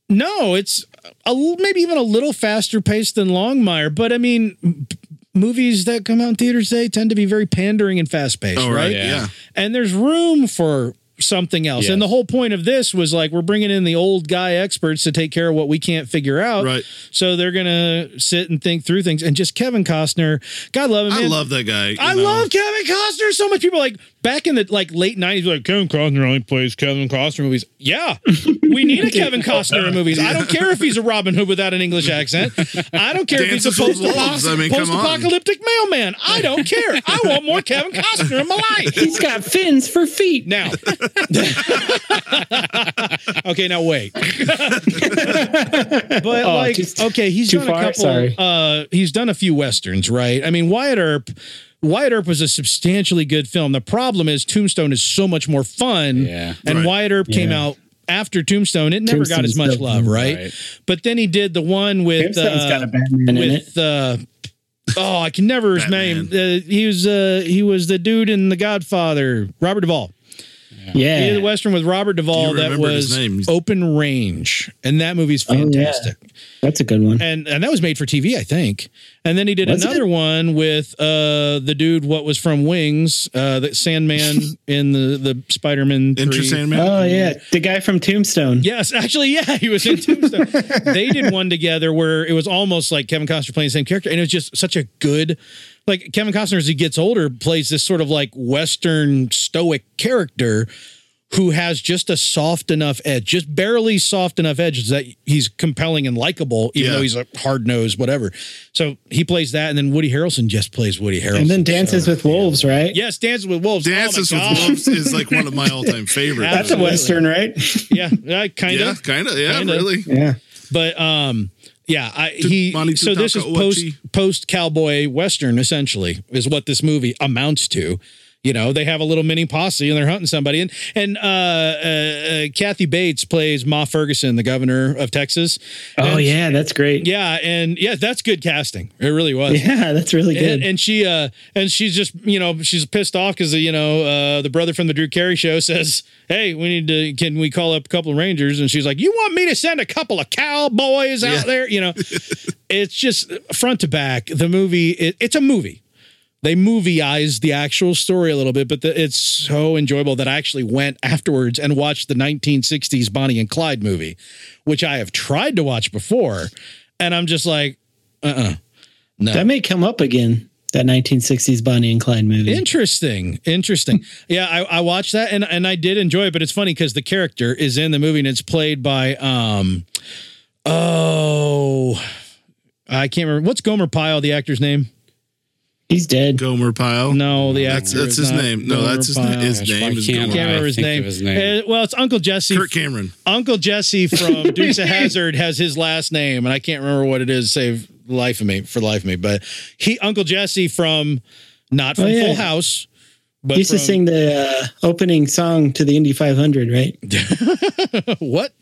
no, it's a, l- maybe even a little faster paced than Longmire, but I mean, m- movies that come out in theaters today tend to be very pandering and fast paced,
Oh,
right?
right.
Yeah.
Yeah.
And there's room for something else. And
Yes.
the whole point of this was like we're bringing in the old guy experts to take care of what we can't figure out.
Right.
So they're gonna sit and think through things. And just Kevin Costner, God love him.
I
man.
love that guy. you
I
know.
love Kevin Costner so much. People like back in the like late nineties, like Kevin Costner only plays Kevin Costner movies. Yeah, we need a Kevin Costner in movies. I don't care if he's a Robin Hood without an English accent. I don't care
Dance
if he's a
with the
post-apo-
Wolves. I mean, come on.
post-apocalyptic mailman. I don't care. I want more Kevin Costner in my life.
He's got fins for feet.
Now, okay, now wait. but
Oh,
like,
just
okay, he's
too
done a
far?
couple.
Sorry.
Uh, he's done a few westerns, right? I mean, Wyatt Earp. Wyatt Earp was a substantially good film. The problem is Tombstone is so much more fun,
Yeah.
and
Right.
Wyatt Earp came
Yeah.
out after Tombstone. It never got as
Tombstone's
much
so
love,
fun.
right?
Right.
But then he did the one with
Tombstone's
uh,
got a Batman in it.
with uh oh I can never his name.
Batman.
Uh, he was uh he was the dude in The Godfather, Robert Duvall. He
Yeah.
did the western with Robert Duvall
You
that
remembered his
was
name.
Open Range, and that movie's
Oh, yeah.
fantastic.
That's a good one.
And and that was made for TV, I think. And then he did
Was
another
it?
one with uh the dude what was from Wings, uh the Sandman in the the Spider Man.
Enter Sandman.
Oh yeah. The guy from Tombstone.
Yes, actually, yeah, he was in Tombstone. they did one together where it was almost like Kevin Costner playing the same character, and it was just such a good, like Kevin Costner as he gets older plays this sort of like Western stoic character who has just a soft enough edge, just barely soft enough edge that he's compelling and likable, even
Yeah.
though he's a hard nosed whatever. So he plays that, and then Woody Harrelson just plays Woody Harrelson.
And then dances with wolves, right?
yes, Dances with Wolves.
Dances
oh my
with
God.
Wolves is like one of my all time favorites.
That's a
Absolutely.
western, right?
Yeah, yeah, kind
Yeah,
of.
kind of. Yeah,
Kinda.
really.
yeah.
But um, yeah, I, he.
Monty
so this is
Tutaka
post
Ochi.
post cowboy western essentially is what this movie amounts to. you know they have a little mini posse and they're hunting somebody and and uh, uh, uh kathy bates plays ma ferguson the governor of texas
Oh
And-
yeah, that's great.
yeah and yeah that's good casting it really was
Yeah, that's really good.
and, and she uh and she's just you know she's pissed off because you know uh the brother from the drew carey show says hey we need to can we call up a couple of rangers and she's like you want me to send a couple of cowboys out
Yeah.
there you know it's just front to back the movie it, it's a movie they movieized the actual story a little bit, but the, it's so enjoyable that I actually went afterwards and watched the 1960s Bonnie and Clyde movie, which I have tried to watch before, and I'm just like,
that may come up again. That 1960s Bonnie and Clyde movie.
Interesting. Interesting. yeah, I, I watched that and, and I did enjoy it, but it's funny because the character is in the movie and it's played by um oh I can't remember what's Gomer Pyle, the actor's name?
He's dead.
Gomer Pyle.
No, the
that's
actor.
that's
is
his
not
name. No,
Gomer
that's his,
Pyle.
his
Gosh,
name.
why
Is
can't
Gomer.
I?
can't remember his
think of
name.
his name.
Uh, well, it's Uncle Jesse.
Kirk Cameron.
Uncle Jesse from Dukes of Hazard has his last name, and I can't remember what it is. Save the life of me for the life of me, but he Uncle Jesse from not from
Oh, yeah.
Full House, but
He used to
from-
sing the uh, opening song to the Indy 500, right?
what?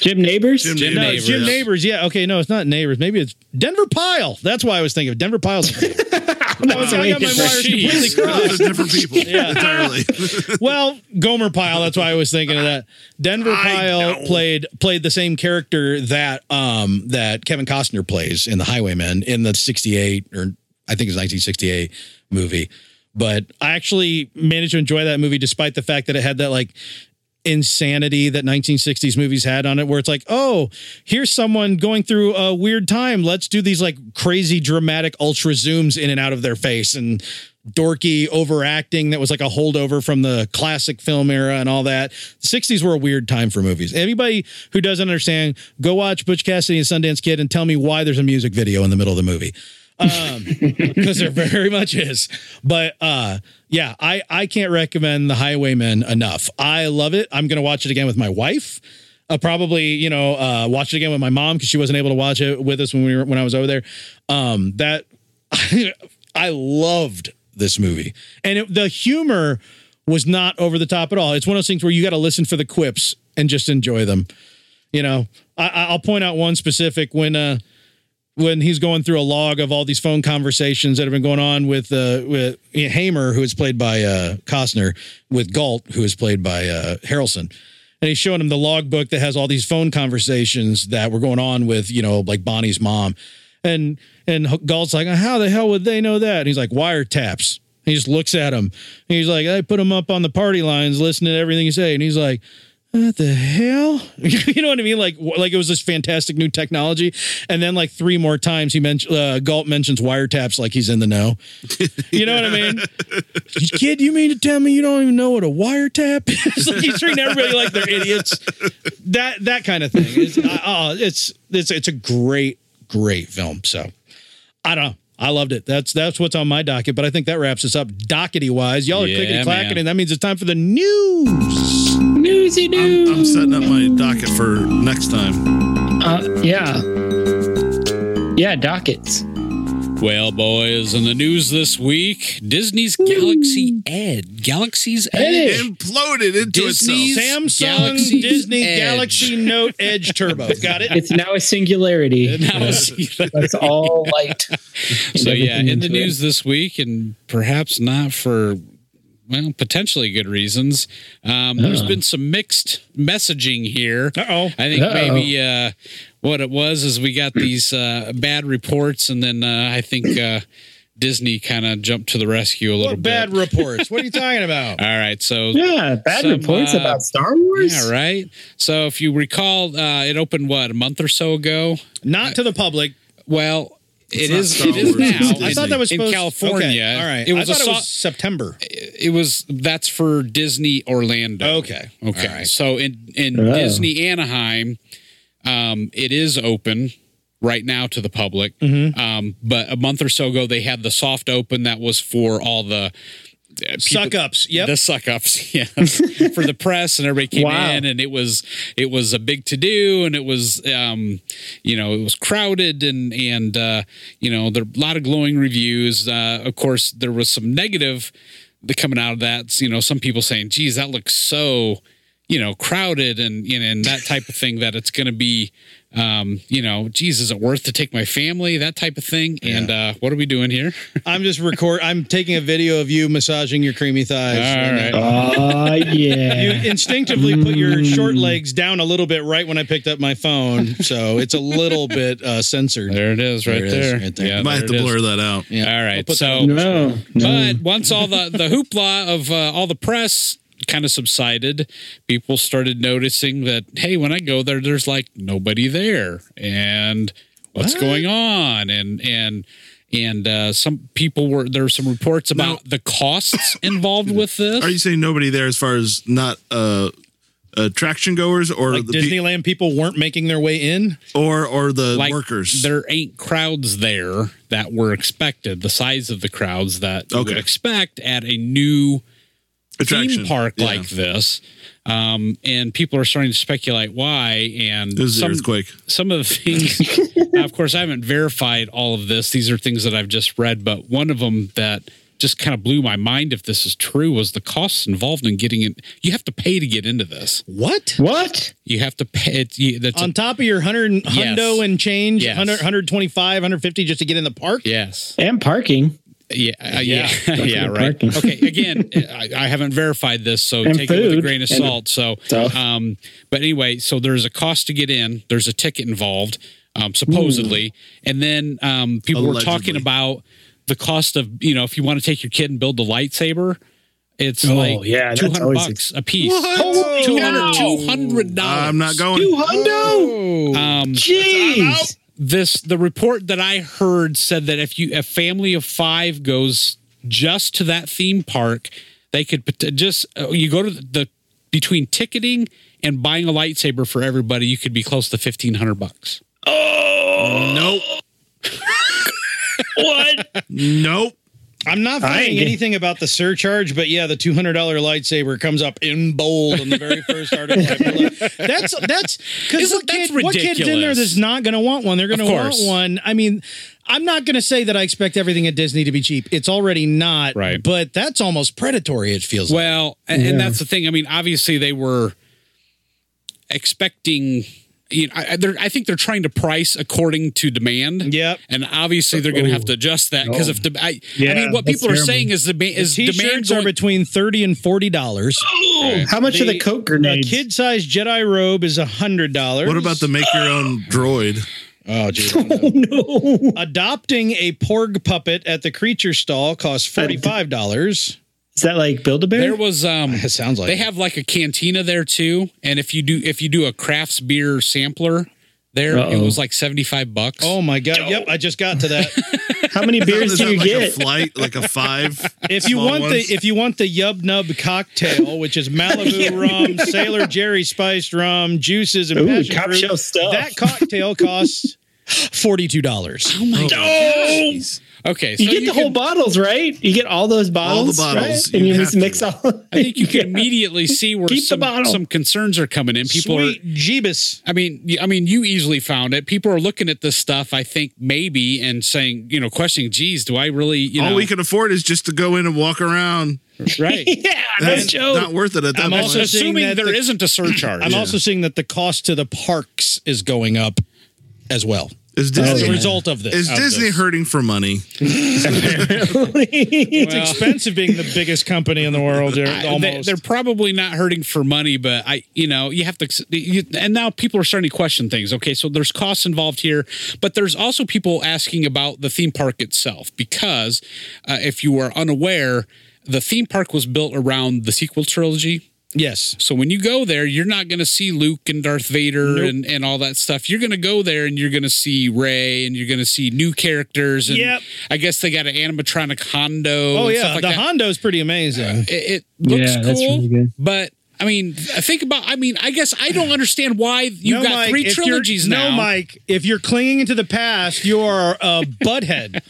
Jim Neighbors.
Jim
No,
Neighbors.
it's Jim Neighbors. Yeah. Okay. No, it's not Neighbors. Maybe it's Denver Pile. That's why I was thinking of Denver Pile.
was
I
way
got my
different.
wires completely
Jeez.
Those
crossed.
are different people entirely.
Well, Gomer Pyle. That's why I was thinking of that. Denver
I
Pyle
know.
played played the same character that um that Kevin Costner plays in The Highwaymen in the '68 or I think it's 1968 movie. But I actually managed to enjoy that movie despite the fact that it had that like insanity that 1960s movies had on it where it's like oh here's someone going through a weird time let's do these like crazy dramatic ultra zooms in and out of their face and dorky overacting that was like a holdover from the classic film era and all that the 60s were a weird time for movies anybody who doesn't understand go watch butch cassidy and sundance kid and tell me why there's a music video in the middle of the movie because there very much is. But uh, yeah, I I can't recommend The Highwaymen enough. I love it. I'm gonna watch it again with my wife. Uh, probably you know uh, watch it again with my mom because she wasn't able to watch it with us when we were when I was over there. Um, that I loved this movie, and it, the humor was not over the top at all. It's one of those things where you got to listen for the quips and just enjoy them. You know, I, I- I'll point out one specific when uh, when he's going through a log of all these phone conversations that have been going on with uh with you know, Hamer, who is played by uh Costner, with Galt, who is played by uh Harrelson. And he's showing him the logbook that has all these phone conversations that were going on with, you know, like Bonnie's mom. And and Galt's like, how the hell would they know that? And he's like, wiretaps. And he just looks at him. And he's like, I put him up on the party lines, listen to everything you say. And he's like, what the hell? you know what I mean? Like, wh- like it was this fantastic new technology, and then like three more times he mentioned uh, Galt mentions wiretaps like he's in the know. You know what I mean? Kid, you mean to tell me you don't even know what a wiretap is? like he's treating everybody like they're idiots. That that kind of thing. It's, uh, oh, it's it's it's a great great film. So I don't. know. I loved it. That's that's what's on my docket. But I think that wraps us up dockety wise. Y'all are
Yeah,
clickety clacking,
man.
and that means it's time for the news.
Newsy news.
I'm setting up my docket for next time.
Uh, yeah. Yeah, dockets.
Well, boys, in the news this week, Disney's Galaxy Ed, Galaxy's Edge.
Imploded into
Disney's-
itself.
Samsung
Galaxy
Disney
Edge.
Galaxy Note Edge Turbo. Got it?
It's now a singularity.
Now it's-
That's all light.
so
And
yeah,
everything
in
into
the
it.
news this week, and perhaps not for well, potentially good reasons. Um, There's been some mixed messaging here.
Uh-oh.
I think
Uh-oh.
maybe uh, what it was is we got these uh, bad reports, and then uh, I think uh, Disney kind of jumped to the rescue a little
What bad
bit.
reports? What are you talking about?
All right, so
Yeah, bad
Some,
reports
uh,
about Star Wars.
yeah, right. So if you recall, uh, it opened what a month or so ago.
Not to the public.
Well, it
not
is.
Star
It is
Wars, it's
now.
Disney.
I thought that was
in
supposed,
California.
Okay, all right.
It was
I
a
thought it
so-
was September.
it was that's for Disney Orlando.
Okay.
Okay.
Oh, All right.
So in in
Oh.
Disney Anaheim, um, it is open right now to the
Mm-hmm.
public. Um, but a month or so ago, they had the soft open that was for all the people-
Suck ups. Yep.
the suck ups, yeah, for the press and everybody came
Wow.
in, and it was it was a big to do, and it was um, you know it was crowded, and and uh, you know there a lot of glowing reviews. Uh, of course, there was some negative that coming out of that. You know, some people saying, "Geez, that looks so." You know, crowded and you know, and that type of thing. That it's going to be, um, you know, geez, is it worth to take my family? That type of thing. And uh, what are we doing here?
I'm just record. I'm taking a video of you massaging your creamy thighs. uh,
All right.
Oh
You
yeah.
instinctively put your short legs down a little bit right when I picked up my phone, so it's a little bit uh, censored.
There it is, right
There
there.
it is, right there.
Might have
there
to
it is.
blur that out.
Yeah.
All
I'll
right.
put that
So,
on
no, no.
but once all the the hoopla of uh, all the press kind of subsided, people started noticing that hey, when I go there, there's like nobody there, and what's going on, and and and uh, some people were there were some reports about the costs involved with this.
Are you saying nobody there as far as not uh attraction goers or
Like
the pe-
Disneyland people weren't making their way in.
or or the
like,
workers?
There ain't crowds there that were expected. The size of the crowds that you would
Okay.
expect at a new
attraction
theme park
Yeah.
like this. Um, and people are starting to speculate why. And
This is
some,
earthquake.
some of the things, now, of course, I haven't verified all of this. These are things that I've just read, but one of them that just kind of blew my mind if this is true was the costs involved in getting it. You have to pay to get into this.
What?
what?
You have to pay. It, you, that's a-
On top of your 100 hundo and change,
Yes.
100, 125, 150 just to get in the park?
yes.
And parking
Yeah. uh, yeah. Yeah.
the
right.
parking.
Okay. Again, uh, I, I haven't verified this, so
And
take it with a
food.
grain of
And-
salt. So,
Tough.
um, but anyway, so there's a cost to get in. There's a ticket involved,
Hmm.
um, supposedly, and then um, people were talking
Allegedly.
about the cost of you know if you want to take your kid and build the lightsaber. It's
Oh,
like
yeah, that's
two hundred
always
bucks
ex-
a piece.
What?
Two hundred,
Holy
two hundred dollars.
I'm not going.
two hundo.
Um,
Jeez.
this the report that I heard said that if you a family of five goes just to that theme park, they could pot- just uh, you go to the, the between ticketing and buying a lightsaber for everybody, you could be close to fifteen hundred bucks.
Nope.
What?
Nope.
I'm not
I ain't
finding
get-
anything about the surcharge, but yeah, the $200 lightsaber comes up in bold on the very first article. I pull up. that's that's because
Isn't-
what, kid,
that's
what kid's in there
ridiculous.
that's not going to want one? They're going to
Of
want
course.
one. I mean, I'm not going to say that I expect everything at Disney to be cheap. It's already not,
Right.
But that's almost predatory. It feels like.
Well, a- and, that's the thing. I mean, obviously they were expecting. You know, I, I- they're, I think they're trying to price according to demand.
Yep.
and obviously they're going to have to adjust that because if the, I, I
Yeah,
mean, what
that's
people are
terrible.
saying is the ba- is demand
T-shirts are
going
between thirty and forty dollars.
How much are the coke
A
grenades?
kid-sized Jedi robe is hundred dollars.
What about the make your own droid?
Oh, geez. no. Adopting a porg puppet at the creature stall costs forty-five dollars.
Is that like Build a Bear?
There was um
It sounds like
they
it.
have like a cantina there too, and if you do if you do a crafts beer sampler there, it
Uh-oh.
was like seventy five bucks.
Oh my god! Yep, I just got to that.
How many beers
Is
do
that
you
like a
get?
flight, like a five?
If you
Small
want
ones?
the if you want the Yub Nub cocktail, which is Malibu rum, Sailor Jerry spiced rum, juices, and
Ooh,
passion
top
fruit,
shelf stuff.
That cocktail costs forty-two dollars.
Oh, Jeez.
okay, so
you get the whole
can-
bottles, right? You get all those bottles,
bottles.
right? and
You
you
have
just mix
to.
all.
I think you can immediately see where
Keep the
some,
bottle.
some concerns are coming in. People are
Sweet Jeebus.
I mean, y- I mean, you easily found it. People are looking at this stuff, I think, maybe, and saying, you know, questioning, geez, do I really, you
All
know,
we can afford is just to go in and walk around.
right?
yeah, no
That's
joke.
not worth it at that
I'm
point.
also seeing
Assuming
that
there
the-
not a surcharge.
I'm also seeing that the cost to the parks is going up as well
is
as
Disney,
a result of this.
is
of
Disney
this.
hurting for money?
It's expensive being the biggest company in the world. They're
I-
almost.
they, they're probably not hurting for money, but I, you know, you have to. You, and now people are starting to question things. Okay, so there's costs involved here, but there's also people asking about the theme park itself because uh, if you are unaware, the theme park was built around the sequel trilogy.
yes.
So when you go there, you're not going to see Luke and Darth Vader and, and all that stuff. You're going to go there and you're going to see Ray and you're going to see new characters. And
Yep.
I guess they got an animatronic Hondo.
Oh
and stuff
yeah,
like
the
that
Hondo's pretty amazing.
it, it looks
Yeah,
cool,
that's really good.
but I mean, think about. I mean, I guess I don't understand why you've got
Mike,
three
if you're-
trilogies now.
No, Mike, if you're clinging to the past, you are a butthead.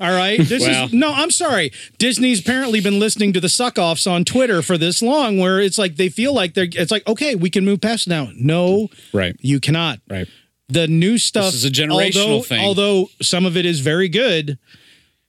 All right. This
Well.
is no. I'm sorry. Disney's apparently been listening to the suck offs on Twitter for this long, where it's like they feel like they're. It's like okay, we can move past now. No,
Right.
you cannot.
Right.
The new stuff
is a generational
although,
thing.
Although some of it is very good,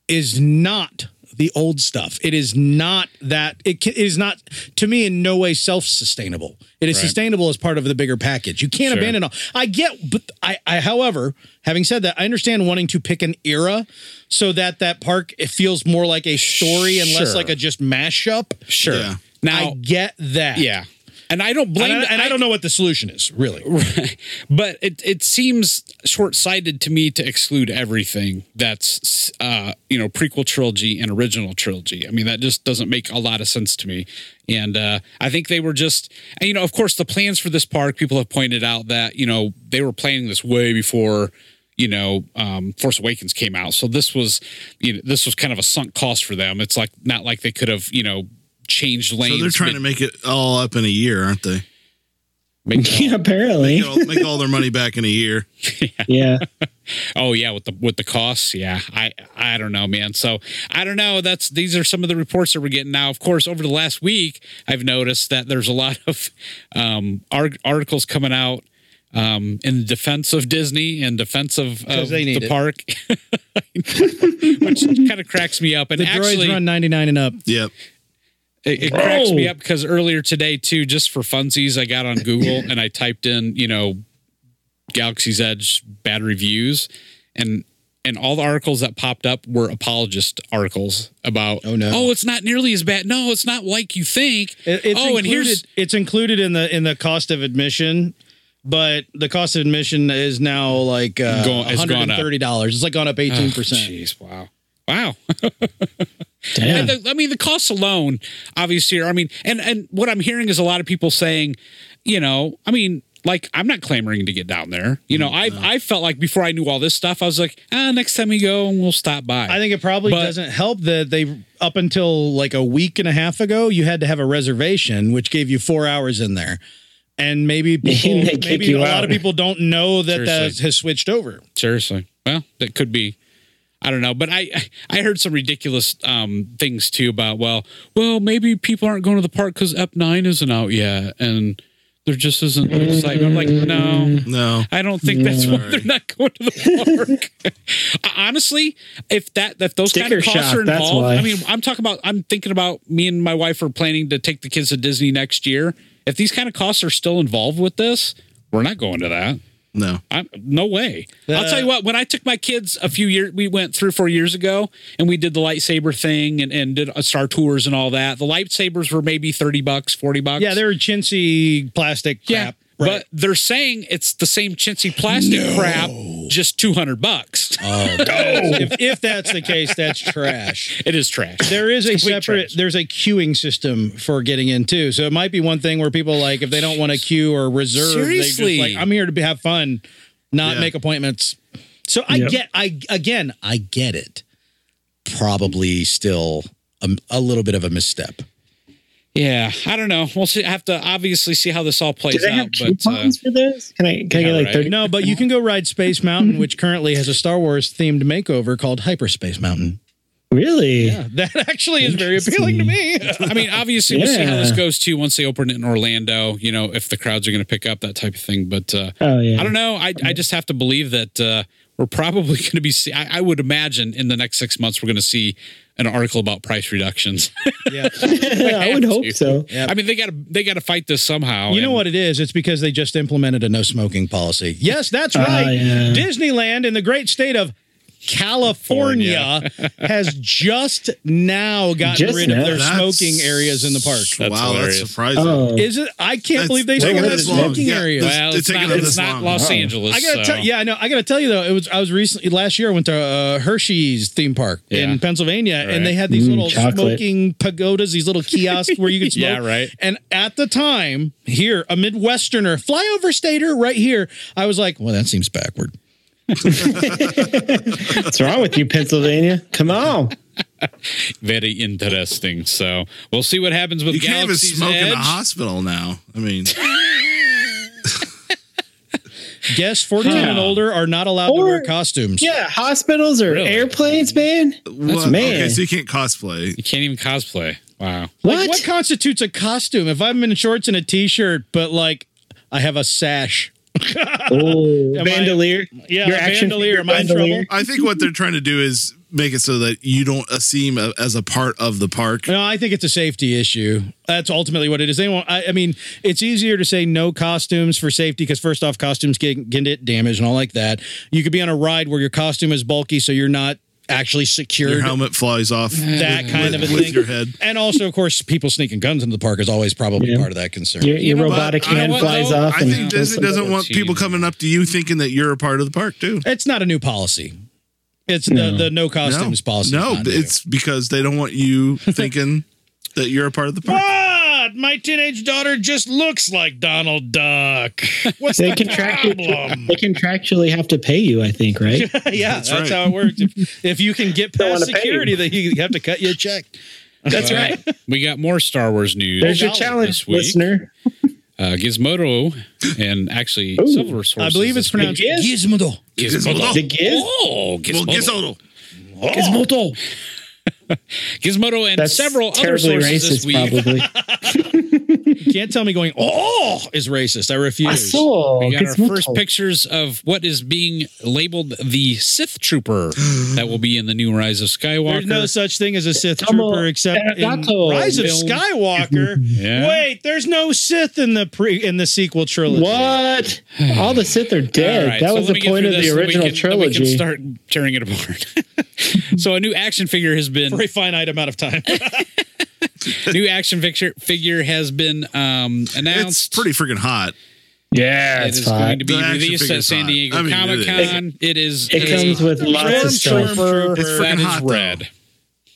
is not the old stuff. It is not that it, ca- it is not to me in no way self-sustainable. It is
Right.
sustainable as part of the bigger package. You can't
Sure.
abandon all. I get, but I, I, however, having said that, I understand wanting to pick an era so that that park it feels more like a story and less
Sure.
like a just mashup.
Sure.
Yeah.
Now,
I get that.
yeah, and I don't blame.
And I, and I
I-
don't know what the solution is really.
but it, it seems short-sighted to me to exclude everything that's uh you know prequel trilogy and original trilogy i mean that just doesn't make a lot of sense to me and uh i think they were just and, you know of course the plans for this park people have pointed out that you know they were planning this way before you know um force awakens came out so this was you know this was kind of a sunk cost for them it's like not like they could have you know changed lanes
So they're trying to make it all up in a year, aren't they?
make
yeah, apparently.
You know, make all their money back in a year.
Yeah.
Oh yeah, with the with the costs, yeah. I I don't know, man. So I don't know. That's these are some of the reports that we're getting now. Of course, over the last week, I've noticed that there's a lot of um, ar- articles coming out um, in defense of Disney and defense of, of
they need
the
it.
park, which kind of cracks me up. And
The
actually,
droids run 99 and up.
Yep.
it, it cracks me up because earlier today too, just for funsies, I got on Google and I typed in, you know, Galaxy's Edge bad reviews, and and all the articles that popped up were apologist articles about, oh
no.
oh it's not nearly as bad. No, it's not like you think.
It- It's
oh,
included,
and here's
it's included in the in the cost of admission, but the cost of admission is now like uh,
Go-
one
has
hundred
gone
and
up. Ah,
thirty dollars. It's like gone up eighteen percent.
Oh, Jeez, wow, wow.
Damn.
And the- I mean, the costs alone, obviously. Are, I mean, and and what I'm hearing is a lot of people saying, you know, I mean, like I'm not clamoring to get down there. You
Mm,
know, I I felt like before I knew all this stuff, I was like, ah, next time we go, we'll stop by.
I think it probably
But-
doesn't help that they up until like a week and a half ago you had to have a reservation, which gave you four hours in there, and maybe people,
They kick
maybe a
you
lot
out.
of people don't know that that
Seriously.
has switched over.
seriously. Well, that could be. I don't know, but I I heard some ridiculous um, things too about well, well maybe people aren't going to the park because Ep Nine isn't out yet, and there just isn't excitement. I'm like, no,
No.
I don't think that's why they're not going to the park. I- Honestly, if that if those kind
Sticker
of costs
shock,
are
that's
involved,
why.
I mean, I'm talking about. I'm thinking about me and my wife are planning to take the kids to Disney next year. If these kind of costs are still involved with this, we're not going to that.
No.
I'm, no way. I'll tell you
Uh,
what. When I took my kids a few years, we went three or four years ago, and we did the lightsaber thing and, and did uh, Star Tours and all that. The lightsabers were maybe thirty bucks, forty bucks.
Yeah, they're chintzy plastic crap. right.
But they're saying it's the same chintzy plastic crap, just 200 bucks.
Uh. if, if that's the case, that's trash.
it is trash.
There is a
complete
separate.
trash.
There's a queuing system for getting in too. So it might be one thing where people like if they don't want to queue or reserve, they
Seriously.
just like I'm here to be, have fun, not
Yeah.
make appointments. So I
Yep.
get. I again, I get it. Probably still a, a little bit of a misstep.
yeah, I don't know. We'll see, have to obviously see how this all
Do
plays
they
out.
have
But uh,
coupons for this? Can I can I
yeah,
get like
right.
thirty?
No, but you can go ride Space Mountain, which currently has a Star Wars themed makeover called Hyperspace Mountain.
Really?
That actually is very appealing to me.
I mean, obviously, we'll see how this
Yeah.
goes too once they open it in Orlando. You know, if the crowds are going to pick up that type of thing. But uh,
Oh yeah.
I don't know. I, I just have to believe that uh, we're probably going to be. See- I, I would imagine in the next six months we're going to see an article about price reductions.
yeah.
I would hope so.
Yep.
I mean, they got to they got to fight this somehow.
You know
and-
what it is? It's because they just implemented a no smoking policy. Yes, that's right.
yeah.
Disneyland in the great state of California has just now gotten
Just
rid
now?
of their
That's-
smoking areas in the park.
That's
wow,
hilarious.
that's surprising.
Oh,
Is it? I can't
That's-
believe they
taking
still have
this long.
smoking
Yeah,
areas.
this-
Well,
They're
it's
taking
not,
it
it's
this
not
long.
Los
Wow.
Angeles.
I gotta
so-
tell, yeah, I know. I gotta tell you though, it was I was recently last year I went to uh, Hershey's theme park
Yeah.
in Pennsylvania,
Right.
and they had these
Mm,
little
chocolate.
smoking pagodas, these little kiosks where you could smoke.
Yeah, right.
And at the time, here a Midwesterner, flyover stater, right here, I was like, well, that seems backward.
what's wrong with you, Pennsylvania? Come on.
Very interesting. So we'll see what happens with
You can't even
Galaxy's
smoke in
Edge.
a hospital now. I mean,
Guests 14 and
Huh.
older are not allowed to
Or-
wear costumes.
Yeah, hospitals or
Really?
airplanes, man. That's
what- okay,
man.
so you can't cosplay.
you can't even cosplay. Wow.
Like,
what?
what constitutes a costume? If I'm in shorts and a t-shirt, but like I have a sash.
Oh,
Am I-
bandolier.
Yeah,
Your
a
action
bandolier.
figure
Am I in trouble?
bandolier.
I think what they're trying to do is make it so that you don't uh, seem a- as a part of the park.
No, I think it's a safety issue. That's ultimately what it is. They won't. I, I mean, it's easier to say no costumes for safety because first off, costumes can, can get damaged and all like that. You could be on a ride where your costume is bulky, so you're not actually
Your
secured.
helmet flies off.
That kind
with,
of a
with
thing.
your head.
And also, of course, people sneaking guns into the park is always probably
Yeah.
part of that concern.
Your, your
know what?
robotic
I
hand
want-
flies
I
off.
I
and
think Disney doesn't want people coming up to you thinking that you're a part of the park too.
It's not a new policy. It's the, the no costumes
no,
policy. is
no,
not new.
it's because they don't want you thinking that you're a part of the park.
God, my teenage daughter just looks like Donald Duck. What's
They
the
contractually,
problem?
they contractually have to pay you, I think, right?
yeah, that's,
That's right.
how it works. If, if you can get
Don't
past
wanna pay
security,
you.
then you have to cut you a check. That's
Uh,
right.
We got more Star Wars news.
There's your
dollars
this
challenge,
week.
listener.
Uh, Gizmodo and actually
Ooh.
Silver Sources.
I believe it's
this
pronounced
week.
Giz?
Gizmodo.
Gizmodo.
The Giz?
Oh,
Well,
Gizmodo. Oh.
Gizmodo.
Gizmodo.
Gizmodo and
That's
several other
terribly
sources this
racist,
week.
probably.
You can't tell me going, oh, is racist. I refuse.
I saw
We got
Gizmodo.
our first pictures of what is being labeled the Sith Trooper that will be in the new Rise of Skywalker.
There's no such thing as a Sith
Tomo
trooper except in
Ergato
Rise of
film.
Skywalker.
Yeah.
Wait, there's no Sith in the pre in the sequel trilogy.
What? All the Sith are dead.
All right,
that
so
was
let
the
me get
point
through
of
this
the
so we
original
can- so
trilogy.
We can start tearing it apart. so a new action figure has been
For a finite amount of time.
new action figure figure has been um,
It's
announced.
pretty freaking hot.
yeah,
It
it's
is going
fine.
to be
The action
released at
figure's
San
hot.
Diego
I mean,
Comic
it is.
Con. It is.
It comes with lots of stuff.
Stormtrooper.
It's
that
freaking
is
hot, though.
red.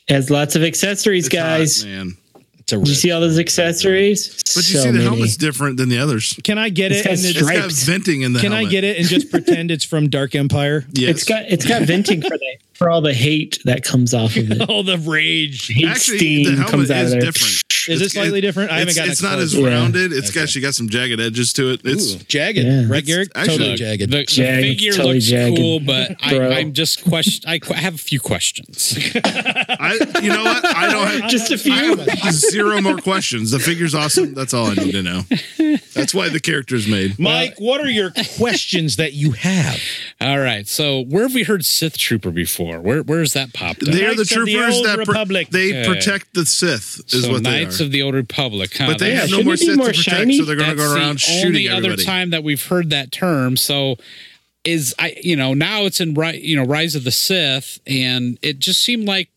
It has lots of accessories,
It's
guys.
hot, man.
It's a
Did you
red.
see all those accessories?
But you
so
see, the
many.
helmet's different than the others.
Can I get
It's
it?
got
And
It's
it's,
stripes.
got venting in the
can I
helmet.
get it and just pretend it's from Dark Empire?
Yes.
It's got it's got venting for the for all the hate that comes off of it.
Oh, the rage.
Hate
Actually, the
steam
helmet
comes out
is
of there.
different.
Is it slightly
it-
different? I haven't
It's,
got
it's not as
Yeah.
rounded. It's got she got some jagged edges to it. It's
jagged,
Yeah.
right, Garrick?
actually-
totally
The,
jagged.
the
Jagged,
figure
totally
looks
jagged.
cool, but
Bro.
I, I'm just question. I, qu- I have a few questions.
I you know what? I don't have
Just a
I
few.
have zero more questions. The figure's awesome. That's all I need to know. That's why the character's made.
Mike, what are your questions that you have?
All right, so where have we heard Sith Trooper before? Where where's that popped up?
They're the
Knights of the
troopers
Old
that pr-
Republic.
they
Yeah.
protect the Sith is
so
what they
Knights
are.
of the Old Republic, huh?
but they
That's-
have
shouldn't
no more
it be
Sith
more
to protect,
shiny?
so they're going to
that's
go around
the
shooting
only other
everybody.
time that we've heard that term. So is I you know now it's in Ri- you know Rise of the Sith, and it just seemed like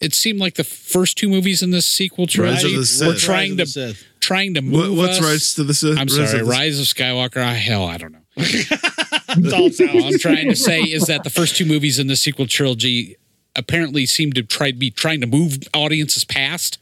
it seemed like the first two movies in this sequel
Rise of
trilogy
the Sith.
were trying
Rise of
to
the Sith.
trying to
What,
move
what's
us.
Rise to the Sith?
I'm
Rise
sorry,
of the-
Rise of Skywalker. I, hell, I don't know.
It's all
All I'm
sounds.
trying to say is that the first two movies in the sequel trilogy apparently seem to try be trying to move audiences past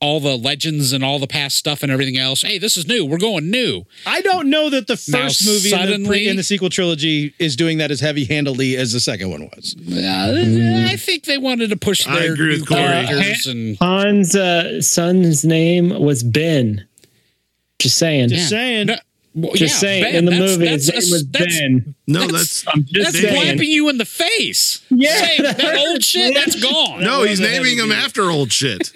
all the legends and all the past stuff and everything else. Hey, this is new. We're going new.
I don't know that the
Now
first movie in, the pre-
suddenly-
in the sequel trilogy is doing that as heavy handedly as the second one was.
Uh, I think they wanted to push
I
their
agree
new
with Corey.
characters and
Han's uh, son's name was Ben. Just saying.
Just saying.
No, well,
Just
yeah,
saying
Ben,
in the
that's-
movie,
that's
his name
a-
was
that's-
Ben.
No, that's
I'm just
That's
saying.
wiping you in the face.
Yeah.
Say, that old shit. That's gone.
no.
was
He's
a
naming
heavy
him
beat.
after old shit.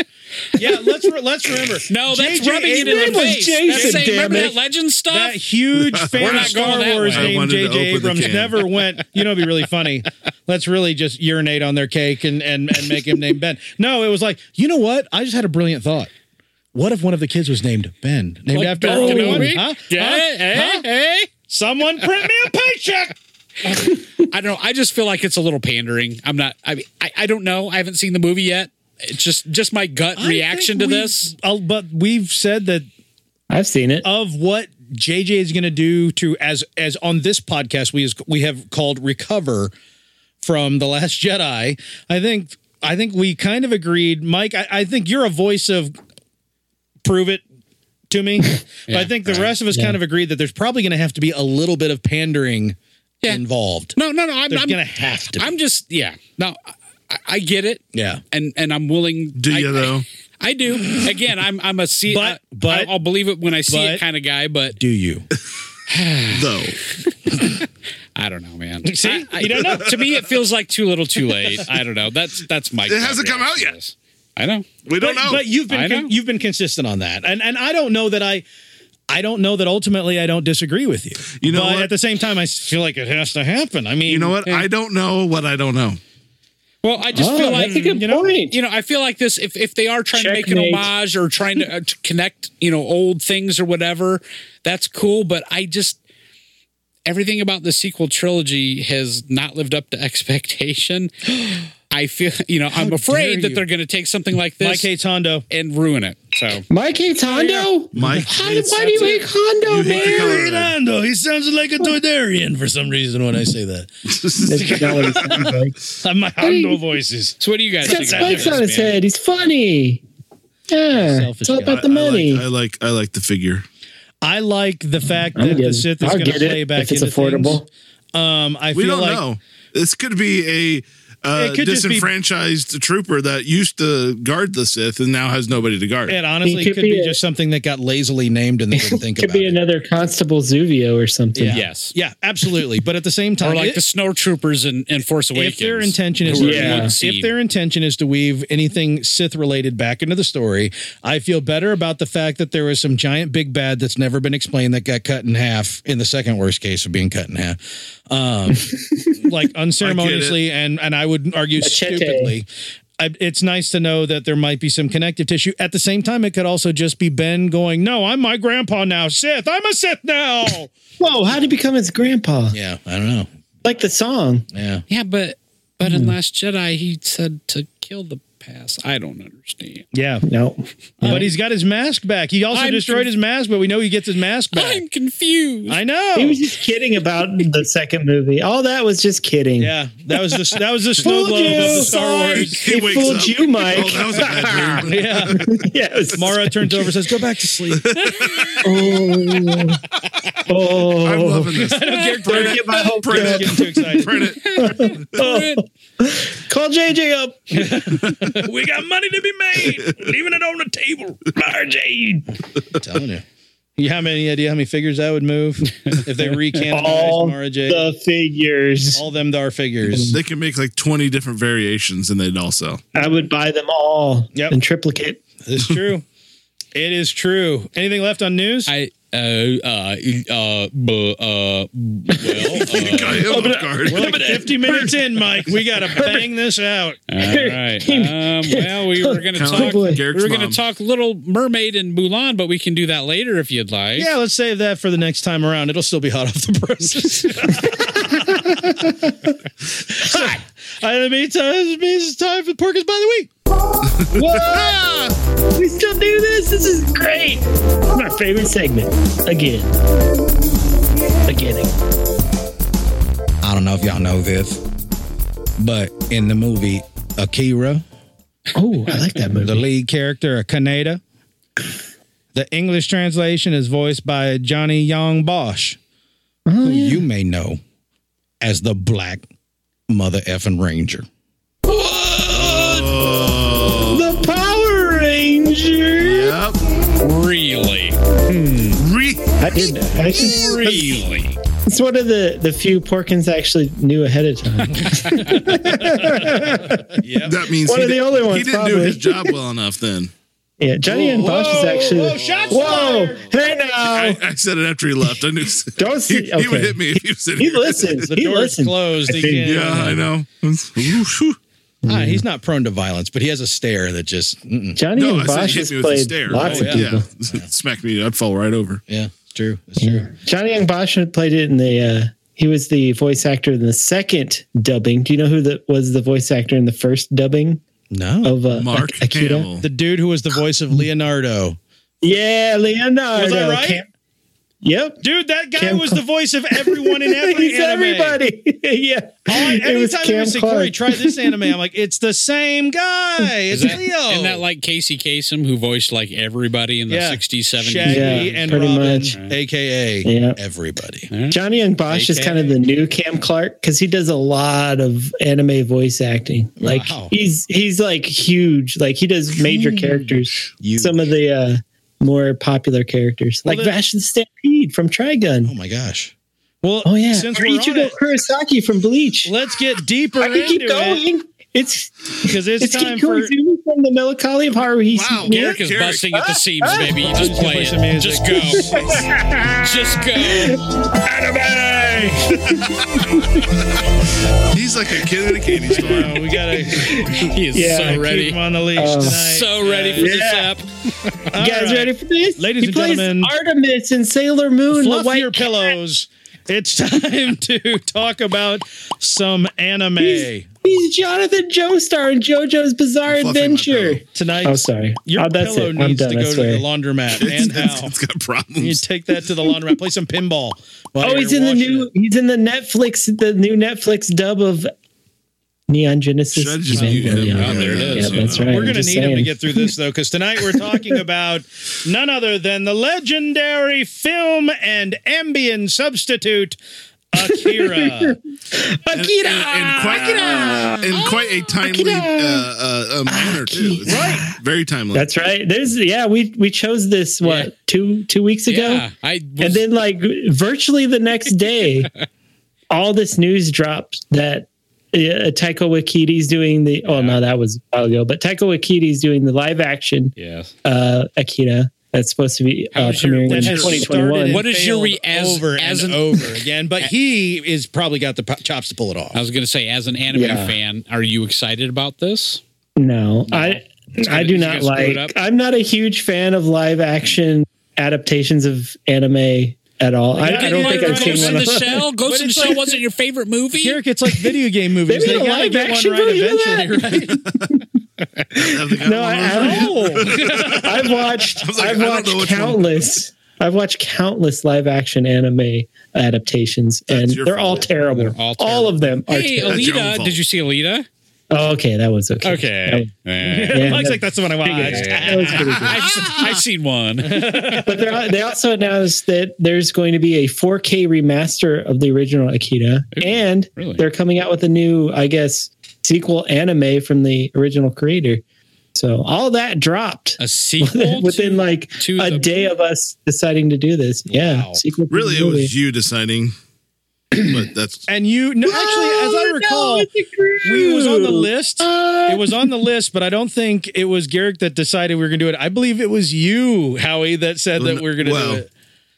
Yeah, let's re- let's remember.
No, that's
J.J.
rubbing it in
Abrams-
the
Abrams.
face.
Jason,
That's saying,
damn
remember
it.
that legend stuff?
That huge fan of
not going
Star
that
Wars
way. I
named
wanted
J.J.
to open the
Abrams
can.
never went, you know, it'd be really funny. Let's really just urinate on their cake and, and, and make him name Ben. No, it was like, you know what? I just had a brilliant thought. What if one of the kids was named Ben? Named
Like
after
Ben
Obi-Wan?
Kenobi?
Huh?
Yeah,
Huh?
hey,
Huh?
hey.
Someone print me a paycheck.
I don't know. I just feel like it's a little pandering. I'm not. I mean, I, I don't know. I haven't seen the movie yet. It's just just my gut reaction to
I think we-
this.
uh, but we've said that
I've seen it.
of what JJ is going to do to as as on this podcast we is we have called recover from the Last Jedi. I think I think we kind of agreed, Mike. I, I think you're a voice of prove it to me. but I think the rest of us kind of agreed that there's probably going to have to be a little bit of pandering
Yeah.
involved.
No, no, no. I'm,
There's
I'm
going to have to. Be.
I'm just yeah. No, I, I get it,
Yeah.
and and I'm willing.
Do
I,
you, though?
I, I do. Again, I'm I'm a see,
But-
I-
but-
I, will believe it when I see
but-
it kind of guy. But
Do you?
though.
I don't know, man.
See?
I, I, you don't know. to me, it feels like too little, too late. I don't know. That's that's my. gut
hasn't come out
reaction to
yet.
this. I know.
We don't
but,
know.
but you've been
I know.
con- you've been consistent on that, and and I don't know that I. I don't know that ultimately I don't disagree with you.
You know
but
what?
at the same time, I s- feel like it has to happen. I mean,
you know what? I don't know what I don't know.
Well, I just
Oh,
feel like
That's a good
you know,
point.
you know, I feel like this. If if they are trying to make
Checkmate.
an homage or trying to, uh, to connect, you know, old things or whatever, that's cool. But I just everything about the sequel trilogy has not lived up to expectation. I feel, you know, I'm afraid that they're going to take something like
Mike
this
hates Hondo.
and ruin it. So
Mike hates Hondo.
Mike
How,
hates-
why do you hate Hondo,
You hate the
man?
color red.
Hondo. He sounds like a Toydarian for some reason when I say that.
That's not what it sounds like.
My Hondo voices.
So what do you guys
He's
think?
got
about
spikes
this,
on his
man?
head. He's funny. Yeah,
Selfish
it's
guy.
all
I,
about the
I
money.
like, I like I like the figure.
I like the fact
I'm
that the
good.
Sith is
I'll
going to
get it
play back
if it's
into
affordable.
things. Um, I
We
feel
don't
like
know. This could be a uh,
It could just be-
disenfranchised trooper that used to guard the Sith and now has nobody to guard.
it honestly
It
could,
could
be,
be a-
just something that got lazily named and they didn't think
Could
about
be
it.
another Constable Zuvio or something.
yeah.
Yes.
Yeah, absolutely. But at the same time,
Or like
it-
the snowtroopers in, in Force Awakens.
if their intention is
who were
Yeah.
one
if
if
seed.
their intention is to weave anything Sith related back into the story, I feel better about the fact that there was some giant big bad that's never been explained that got cut in half in the second worst case of being cut in half, um, like unceremoniously and and I would argue
Machete.
stupidly. I, it's nice to know that there might be some connective tissue. At the same time, it could also just be Ben going, "No, I'm my grandpa now, Sith. I'm a Sith now."
Whoa, how would he become his grandpa?
yeah, I don't know.
Like the song.
Yeah.
yeah, but but
Hmm.
in Last Jedi he said to kill the past. I don't understand.
Yeah.
No.
But he's got his mask back. He also
I'm
destroyed
con-
his mask, but we know he gets his mask back.
I'm confused.
i know.
He was just kidding about the second movie. All that was just kidding.
yeah, that was the that was the snow globe of the
you,
Star
Mike.
Wars.
He
It
wakes
fooled
up.
you, Mike.
Oh, that was a bad dream.
Yeah,
yeah, it was-
Mara turns over, says, "Go back to sleep."
Oh, oh.
I'm loving this.
Don't get my hopes
Print
I'm
it.
getting too excited.
Print it.
up. Call JJ up.
we got money to be made, leaving it on the table. Margie, telling you. You have any idea how many figures that would move if they recanonized
All
Mara Jade?
the figures.
All them dar figures.
They can make like 20 different variations and they'd all sell.
I would buy them all
Yep.
in triplicate.
It's true. It is true. Anything left on news?
I uh uh uh bu- uh well uh,
Got him off oh, guard.
We're like 50 minutes in, Mike. We got to bang this out.
all right. Um, well, we were going to
Kinda
talk.
like
We
Garrick's
were going
mom.
to talk Little Mermaid and Mulan, but we can do that later if you'd like.
Yeah, let's save that for the next time around. It'll still be hot off the presses. hot. I mean, it's, uh, it means it's time for Porkers by the Week.
We still do this. This is great. My favorite segment. Again. Beginning.
I don't know if y'all know this, but in the movie Akira,
Oh, I like that
the
movie.
lead character, Kaneda, the English translation is voiced by Johnny Young Bosch, who you may know as the Black Mother Effing Ranger.
The Power Ranger.
Oh, Yep.
Really,
Re-
I did. I just,
really.
it's one of the, the few Porkins I actually knew ahead of time.
that means
One
he,
of the
did,
only
he
ones,
didn't do
probably.
his job well enough then.
Yeah, Johnny and Bosch is actually.
whoa,
Whoa,
shots fired.
hey now.
I, I said it after he left. I knew
Don't
he,
see.
he
Okay.
would hit me if he was in
He
here.
listens.
The
he
door is
listens.
closed.
I
He
think-
can't-
Yeah, I know.
Ah, he's not prone to violence, but he has a stare that just, mm-mm.
Johnny
No,
and
I said
Bosch
he
has
hit me with a
played
stare.
lots
Oh,
of
yeah.
people.
Smack me. I'd fall right over.
yeah, it's true. It's true.
Johnny and Bosch had played it in the. Uh, he was the voice actor in the second dubbing. Do you know who that was the voice actor in the first dubbing
No.
of uh,
Mark
Ak- Akira?
Hamill.
The dude who was the voice of Leonardo.
Yeah, Leonardo.
Was I right?
Cam- Yep.
Dude, that guy
Cam
was the voice of everyone in every
He's
anime.
everybody. yeah.
All I,
It was
anytime I
Cam
say,
Clark.
Corey, try this anime, I'm like, it's the same guy. It's
Is that,
Leo.
Isn't that like Casey Kasem, who voiced like everybody in the
Yeah.
60s, 70s?
Shaggy
Yeah,
and
pretty
Robin,
much.
aka
Yeah.
everybody.
Johnny and Bosch is
AKA.
kind of the new Cam Clark because he does a lot of anime voice acting. Like
Wow.
he's he's like huge. Like he does major characters.
Huge.
Some of the uh more popular characters,
Well,
like
then-
Vash and Stampede from Trigun.
Oh my gosh. Well,
Oh yeah,
Since
or
we're on
Ichigo
it,
Kurosaki from Bleach.
let's get deeper
I can
into
keep
it
going. It's
because it's,
it's
time
keep
for
going Zulu from the melancholy of Haruhi.
Wow.
Derek is
Derek.
busting at the seams, baby. You Just play
some music.
it. Just go. Just go.
He's like a kid in a candy store.
Uh, we gotta
He is
Yeah,
so
keep
ready.
him on the leash
Oh.
tonight.
So ready for this app.
All
You guys
right.
ready for this?
Ladies
he
and
plays
gentlemen,
Artemis in Sailor Moon. The
Fluff your
white
pillows. It's time to talk about some anime
He's, he's Jonathan Joestar in JoJo's Bizarre
Fluffing my
Adventure.
pillow.
tonight.
Oh, sorry.
Your
Oh, that's
pillow
it. I'm
needs
done.
to
I
go to
swear.
the laundromat
It's-
and
it's-
how.
it's got
You
problems.
take that to the laundromat. Play some pinball. while
Oh,
you're
he's in the
washing
new.
it.
He's in the Netflix. The new Netflix dub of Neon Genesis.
Should I just mute
Evangelion.
him?
Yeah, there it is.
Yeah, that's right.
We're
I'm
going to need
just
him to
saying.
get through this, though, because tonight we're talking about none other than the legendary film and ambient substitute, Akira.
in, in quite, in quite
Ah,
a timely uh, uh, uh, manner too. It's
Right.
very timely.
That's right. There's yeah. We we chose this what
Yeah.
two two weeks ago,
Yeah. I was,
and then like virtually the next day, all this news dropped that. Uh, Taika Waititi's doing the. Oh no, that was a while ago. But Taika Waititi's doing the live action
Yes.
uh, Akira. That's supposed to be uh,
How's your-
premiering in
That has started
2021.
and
What is your
failed
re- as-
over
as
and
an-
over again? But he is probably got the po- chops to pull it off.
I was going to say, as an anime
Yeah.
fan, are you excited about this?
No, I I do
Is it
not
gonna screw
like.
it up?
I'm not a huge fan of live action adaptations of anime at all. I, I don't
Didn't
think
you
I've
like Ghost
seen
in
one.
the
Of them.
Shell? Ghost in the Shell wasn't your favorite movie?
Derek, it's like video game movies.
They
They,
made a
gotta
live
get one
action
right
version of
eventually, right?
Have they got
No,
one
I
of those?
haven't. I've watched.
was like,
I've
I don't know
watched
which one.
countless. I've watched countless live action anime adaptations, and
your
they're all,
fault.
terrible. all
all terrible.
of them are.
Hey, uh,
terrible.
That's your own
Alita.
fault.
Did you see Alita?
Oh, okay, that was okay.
Okay. Eh.
Yeah,
Mike's
that-
like, that's the one I watched.
that was pretty good.
I've, I've seen one.
But they're, they also announced that there's going to be a 4K remaster of the original Akita, and
really?
they're coming out with a new, I guess, sequel anime from the original creator. So all that dropped
A sequel?
within
to-
like
to
a
the-
day of us deciding to do this. Yeah,
Wow.
sequel to
Really,
the
it
movie.
was you deciding. But that's
And you, no, actually, as I
Oh, No,
recall,
it's a crew.
we was on the list.
Uh,
It was on the list, but I don't think it was Garrick that decided we were going to do it. I believe it was you, Howie, that said that we are going to
Well,
do it.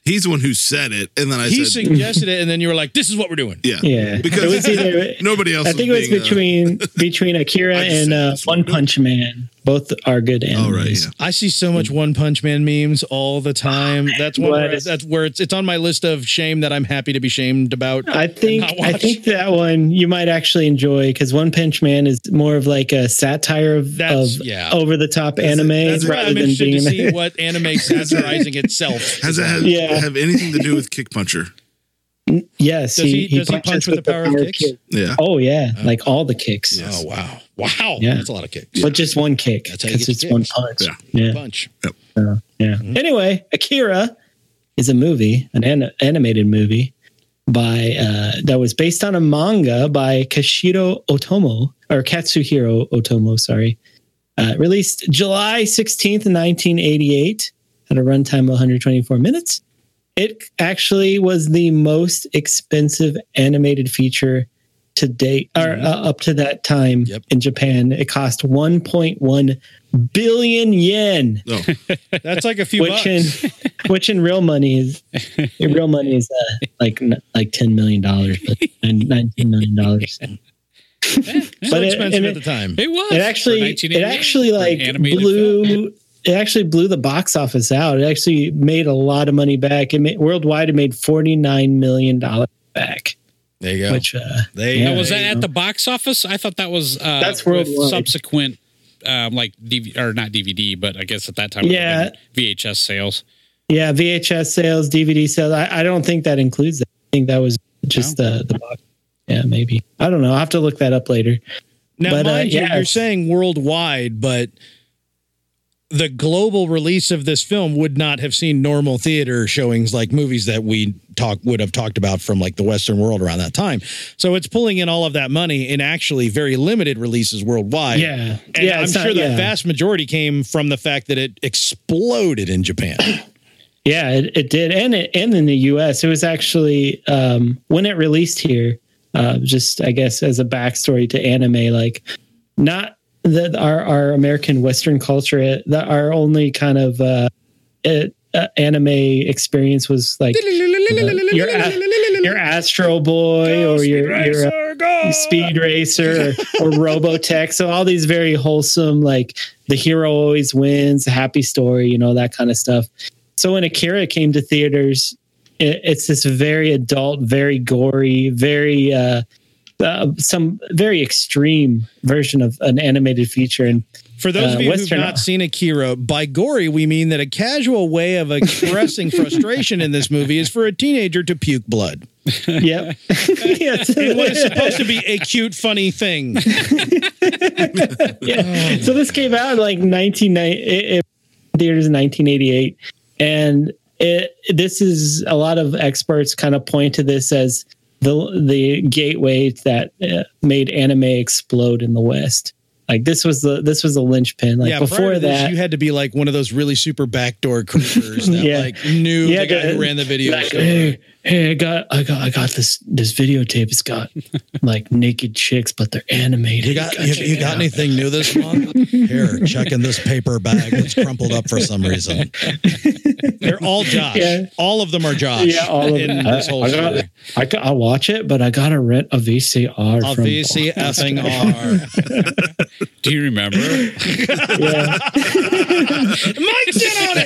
he's the one who said it, and then I
He
said,
suggested it, and then you were like, "This is what we're doing."
yeah,
yeah,
because
it was either.
nobody else.
I think it was
being, uh,
between between Akira
I just
and
said
uh,
that's what
One
we're doing.
Punch Man. Both are good animes.
oh right, yeah.
I see so much One Punch Man memes all the time. That's one.
What
Where,
is-
that's where it's it's on my list of shame that I'm happy to be shamed about.
I think
not
I
watch.
think that one you might actually enjoy because One Punch Man is more of like a satire of,
That's-
of
yeah.
over the top anime
That's why
rather
I'm
than
interested to
being.
see what anime satirizing itself.
Has that have,
Yeah.
have anything to do with kick puncher?
yes,
Does he- does he
punches
punch with the power of kicks?
kick.
Yeah,
Oh yeah, like all the kicks,
Oh wow, wow,
Yeah.
that's a lot of kicks.
but just one kick
That's how you
because
get
it's
your
one
kicks.
punch.
Yeah.
Yeah, yeah.
Punch.
Anyway, Akira is a movie, an an- animated movie by uh, that was based on a manga by Kashiro Otomo or Katsuhiro Otomo. Sorry, uh, released July sixteenth, nineteen eighty-eight, at a runtime of one hundred twenty-four minutes. It actually was the most expensive animated feature to date, or uh, up to that time
Yep.
in Japan. It cost one point one billion yen
no,
That's like a few
which
bucks.
in which in real money is in real money is uh, like n- like ten million dollars, but nine- nineteen million dollars.
so
but it-
expensive
and
at
it-
the time.
It was.
It
for
actually it
1988,
actually
for an
like
animated
blew
film.
it actually blew the box office out. It actually made a lot of money back. It made, worldwide it made forty nine million dollars back,
There you go.
which uh,
they,
yeah.
Now, Oh, was that
you
at
know.
the box office? I thought that was uh,
That's
with
worldwide.
subsequent, um, like DV, or not DVD, but I guess at that time, it
Yeah.
would've been VHS sales.
Yeah, VHS sales, DVD sales. I, I don't think that includes that. I think that was just the the box. Yeah, maybe. I don't know. I'll have to look that up later.
Now,
But, uh,
mind you,
yeah.
you're saying worldwide, but the global release of this film would not have seen normal theater showings like movies that we talk would have talked about from like the Western world around that time. So it's pulling in all of that money in actually very limited releases worldwide.
Yeah.
And
yeah,
I'm
it's
sure
not-
the
yeah.
vast majority came from the fact that it exploded in Japan.
Yeah, it, it did, and it, and in the U.S. it was actually um, when it released here. Uh, just I guess as a backstory to anime, like not that our our American Western culture, that our only kind of uh, it, uh, anime experience was like uh, your a- your Astro Boy or your your. uh, Speed Racer or, or Robotech. So all these very wholesome, like the hero always wins, the happy story, you know, that kind of stuff. So when Akira came to theaters, it, it's this very adult, very gory, very uh, uh, some very extreme version of an animated feature. And
For those
Uh,
of you
Western-
who've not seen Akira, by gory, we mean that a casual way of expressing frustration in this movie is for a teenager to puke blood.
yep, yes.
What is supposed to be a cute, funny thing.
yeah. So this came out in like 1990 it, it, theaters in 1988 and it, this is a lot of experts kind of point to this as the the gateway that uh, made anime explode in the west. Like this was the this was the linchpin. Like
yeah, prior
before
to this,
that
you had to be like one of those really super backdoor creepers that
Yeah.
like knew
Yeah,
the guy
the-
who ran the video.
like,
store.
hey, hey, I got, I got, I got this, this videotape. It's got like naked chicks, but they're animated.
You got
Gotta
you,
check
you
it
got
out."
anything new this month? Here, check in this paper bag that's crumpled up for some reason.
They're all Josh.
Yeah.
All of them are Josh.
Yeah, all of
in
them.
this whole
I got-
story.
I got, I'll watch it, but I gotta rent a VCR. from-
Obviously, effing are.
Do you remember?
Yeah.
Mike's in on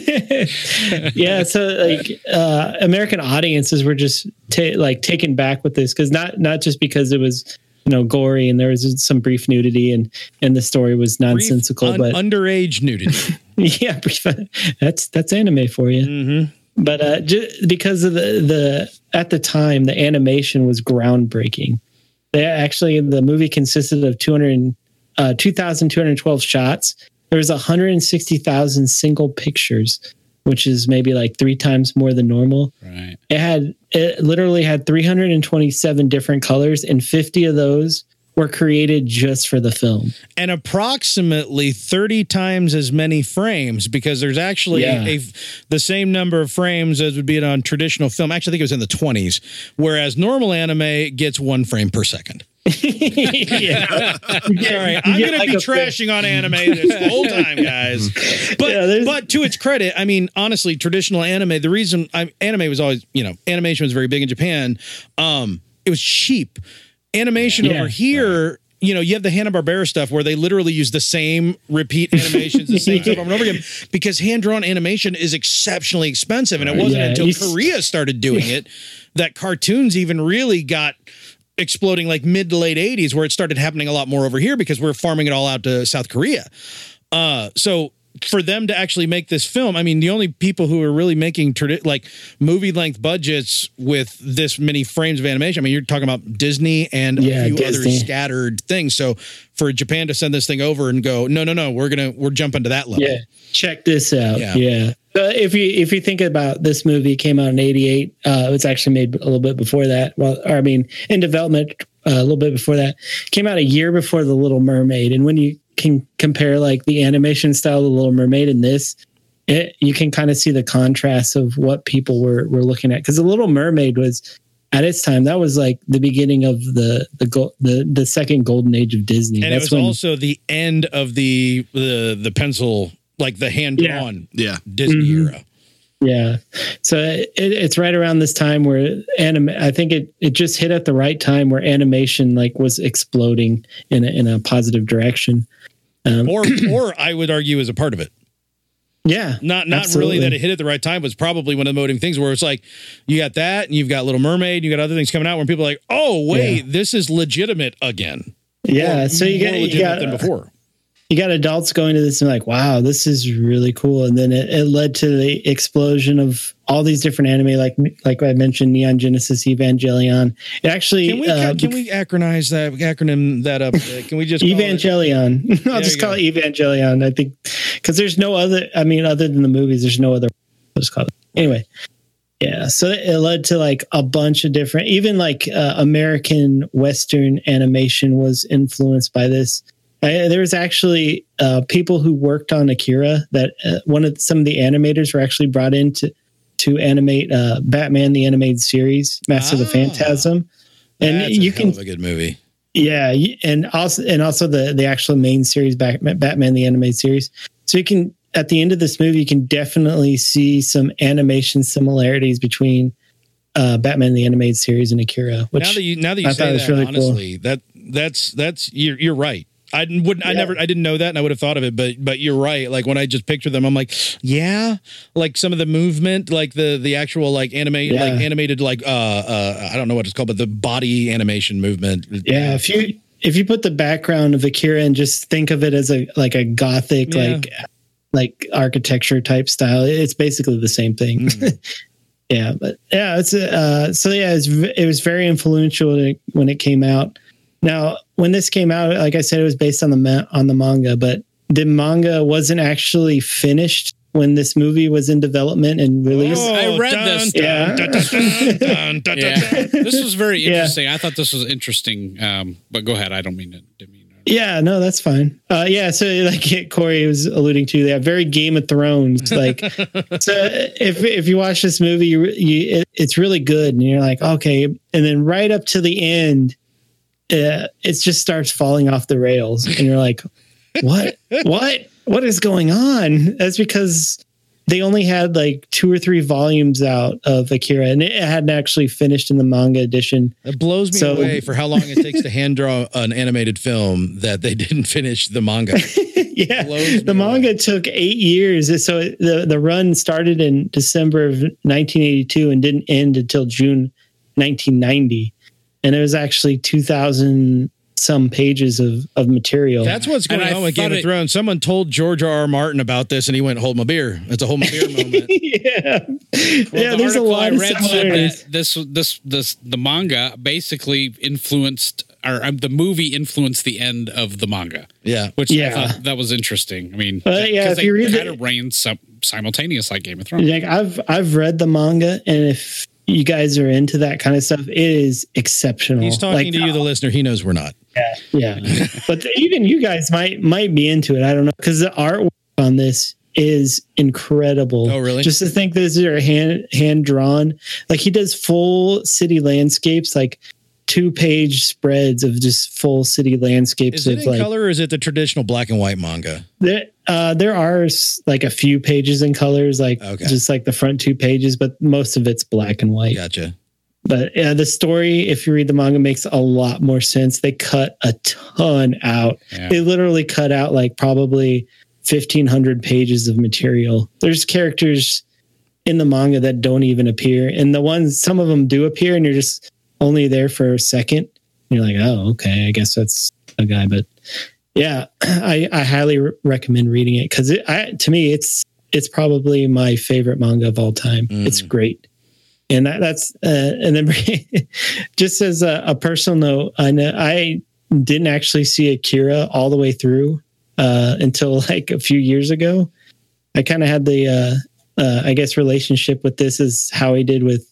it.
yeah so like uh american audiences were just ta- like taken back with this because not not just because it was you know gory and there was some brief nudity and and the story was nonsensical
Un-
but
underage nudity.
yeah brief, that's that's anime for you but uh ju- because of the the at the time the animation was groundbreaking they actually the movie consisted of 200 and, uh 2212 shots there was 160,000 single pictures which is maybe like three times more than normal
Right.
it had it literally had 327 different colors and 50 of those were created just for the film
and approximately 30 times as many frames because there's actually
Yeah.
a, the same number of frames as would be on traditional film. Actually, I think it was in the 20s, whereas normal anime gets one frame per second.
yeah.
Sorry, I'm
Yeah,
going to
like
be
a thing.
trashing on anime this whole time, guys. But
Yeah, there's-
but to its credit, I mean, honestly, traditional anime. The reason I, anime was always, you know, animation was very big in Japan. Um, it was cheap. Animation
Yeah.
over here. You know, you have the Hanna Barbera stuff where they literally use the same repeat animations, the same stuff over and over again, because hand drawn animation is exceptionally expensive, and it wasn't
Yeah,
until
you s-
Korea started doing it that cartoons even really got exploding like mid to late 80s where it started happening a lot more over here because we're farming it all out to South Korea. Uh so for them to actually make this film, I mean, the only people who are really making tradi- like movie length budgets with this many frames of animation. I mean, you're talking about Disney and
Yeah,
a few
Disney.
other scattered things. So for Japan to send this thing over and go, no, no, no, we're gonna we're jumping to that level.
yeah check this out yeah,
Yeah.
So if you if you think about this movie it came out in 88 uh it's actually made a little bit before that well or i mean in development uh, a little bit before that came out a year before the little mermaid and when you can compare like the animation style of the little mermaid and this it, you can kind of see the contrast of what people were were looking at because the little mermaid was at its time that was like the beginning of the the go- the, the second golden age of disney
And
that's
it was also the end of the the the pencil, like the hand drawn
Yeah.
Disney
Mhm.
era.
Yeah. So it, it's right around this time where anime, I think it, it just hit at the right time where animation like was exploding in a, in a positive direction. Um,
or or I would argue is a part of it.
Yeah.
Not not
Absolutely.
really that it hit at the right time was probably one of the motivating things where it's like you got that and you've got Little Mermaid, you got other things coming out when people are like, oh wait,
Yeah.
this is legitimate again.
Yeah.
Or
so you
more
got, uh, you
legitimate
got
than before.
you got adults going to this and like, wow, this is really cool. And then it, it led to the explosion of all these different anime, like like I mentioned, Neon Genesis Evangelion. It actually
Can we
uh,
can we acronize that acronym that up? Uh, Can we just call it-
Evangelion. I'll
There
just
you
call
go.
it Evangelion. I think because there's no other. I mean, other than the movies, there's no other. I'll just call it anyway. Yeah, so it led to like a bunch of different, even like uh, American Western animation was influenced by this. I, there was actually uh, people who worked on Akira that uh, one of some of the animators were actually brought in to to animate uh, Batman the animated series, Master of the
Ah.
Phantasm, and
That's a
you
hell
can
of a good movie.
yeah, y- and also and also the the actual main series, Bat- Batman the animated series. So you can at the end of this movie, you can definitely see some animation similarities between uh, Batman the animated series and Akira. Which
now that you now that you
I thought
say
it was
that,
really cool.
honestly, that that's that's you're you're right. I didn't- wouldn't. I
Yeah.
never. I didn't know that, and I would have thought of it. But but you're right. Like when I just picture them, I'm like, yeah, like some of the movement, like the the actual like anime,
Yeah.
like animated, like uh, uh, I don't know what it's called, but the body animation movement.
yeah, if you if you put the background of Akira and just think of it as a like a gothic
Yeah.
like like architecture type style, it's basically the same thing. yeah, but yeah, it's uh, so yeah, it's, v- it was very influential to, when it came out. Now, when this came out, like I said, it was based on the ma- on the manga, but the manga wasn't actually finished when this movie was in development and released.
Oh,
I read this.
Yeah.
Yeah. this was very
Yeah.
interesting. I thought this was interesting. Um, but go ahead. I don't mean to. Didn't mean to
Yeah, no, that's fine. Uh, yeah, so like Corey was alluding to, they have very Game of Thrones. Like, so if if you watch this movie, you, you it, it's really good, and you're like, okay, and then right up to the end, uh, it just starts falling off the rails, and you're like, what, what, what is going on? That's because they only had like two or three volumes out of Akira, and it hadn't actually finished in the manga edition.
It blows me
So-
away for how long it takes to hand draw an animated film that they didn't finish the manga.
yeah,
Blows me
the manga took eight years. So it- the the run started in December of 1982 and didn't end until June 1990, and it was actually 2,000 some pages of of material.
That's what's
And
going
I
on with Game
thought
of
it-
Thrones. Someone told George R. R. Martin about this, and he went, "Hold my beer." It's a hold my beer moment.
yeah, yeah.
the
There's a
article
lot
I
of
read said
similarities.
that this this this the manga basically influenced or um, the movie influenced the end of the manga,
Yeah.
which I
Yeah.
thought that was interesting. I mean,
But, yeah,
'cause
if
they
you read
kind
the-
of ran sim- simultaneous like Game of Thrones.
Like I've I've read the manga, and if you guys are into that kind of stuff, it is exceptional.
He's talking
Like, uh,
to you, the listener. He knows we're not.
yeah but the- even you guys might might be into it i don't know because the artwork on this is incredible
Oh, really?
just to think these are hand hand drawn like he does full city landscapes like two page spreads of just full city landscapes
Is it
of
in
like
color or is it the traditional black and white manga?
there, uh, there are s- like a few pages in colors like
Okay.
just like the front two pages but most of it's black and white
Gotcha.
but yeah, the story, if you read the manga, makes a lot more sense. They cut a ton out.
Yeah.
They literally cut out like probably 1,500 pages of material. There's characters in the manga that don't even appear. And the ones, some of them do appear, and you're just only there for a second. And you're like, oh, okay, I guess that's a guy. But yeah, I, I highly re- recommend reading it because it, I, to me, it's it's probably my favorite manga of all time.
Mm.
It's great and that, that's uh, and then just as a, a personal note i know i didn't actually see akira all the way through uh until like a few years ago i kind of had the uh, uh i guess relationship with this is how i did with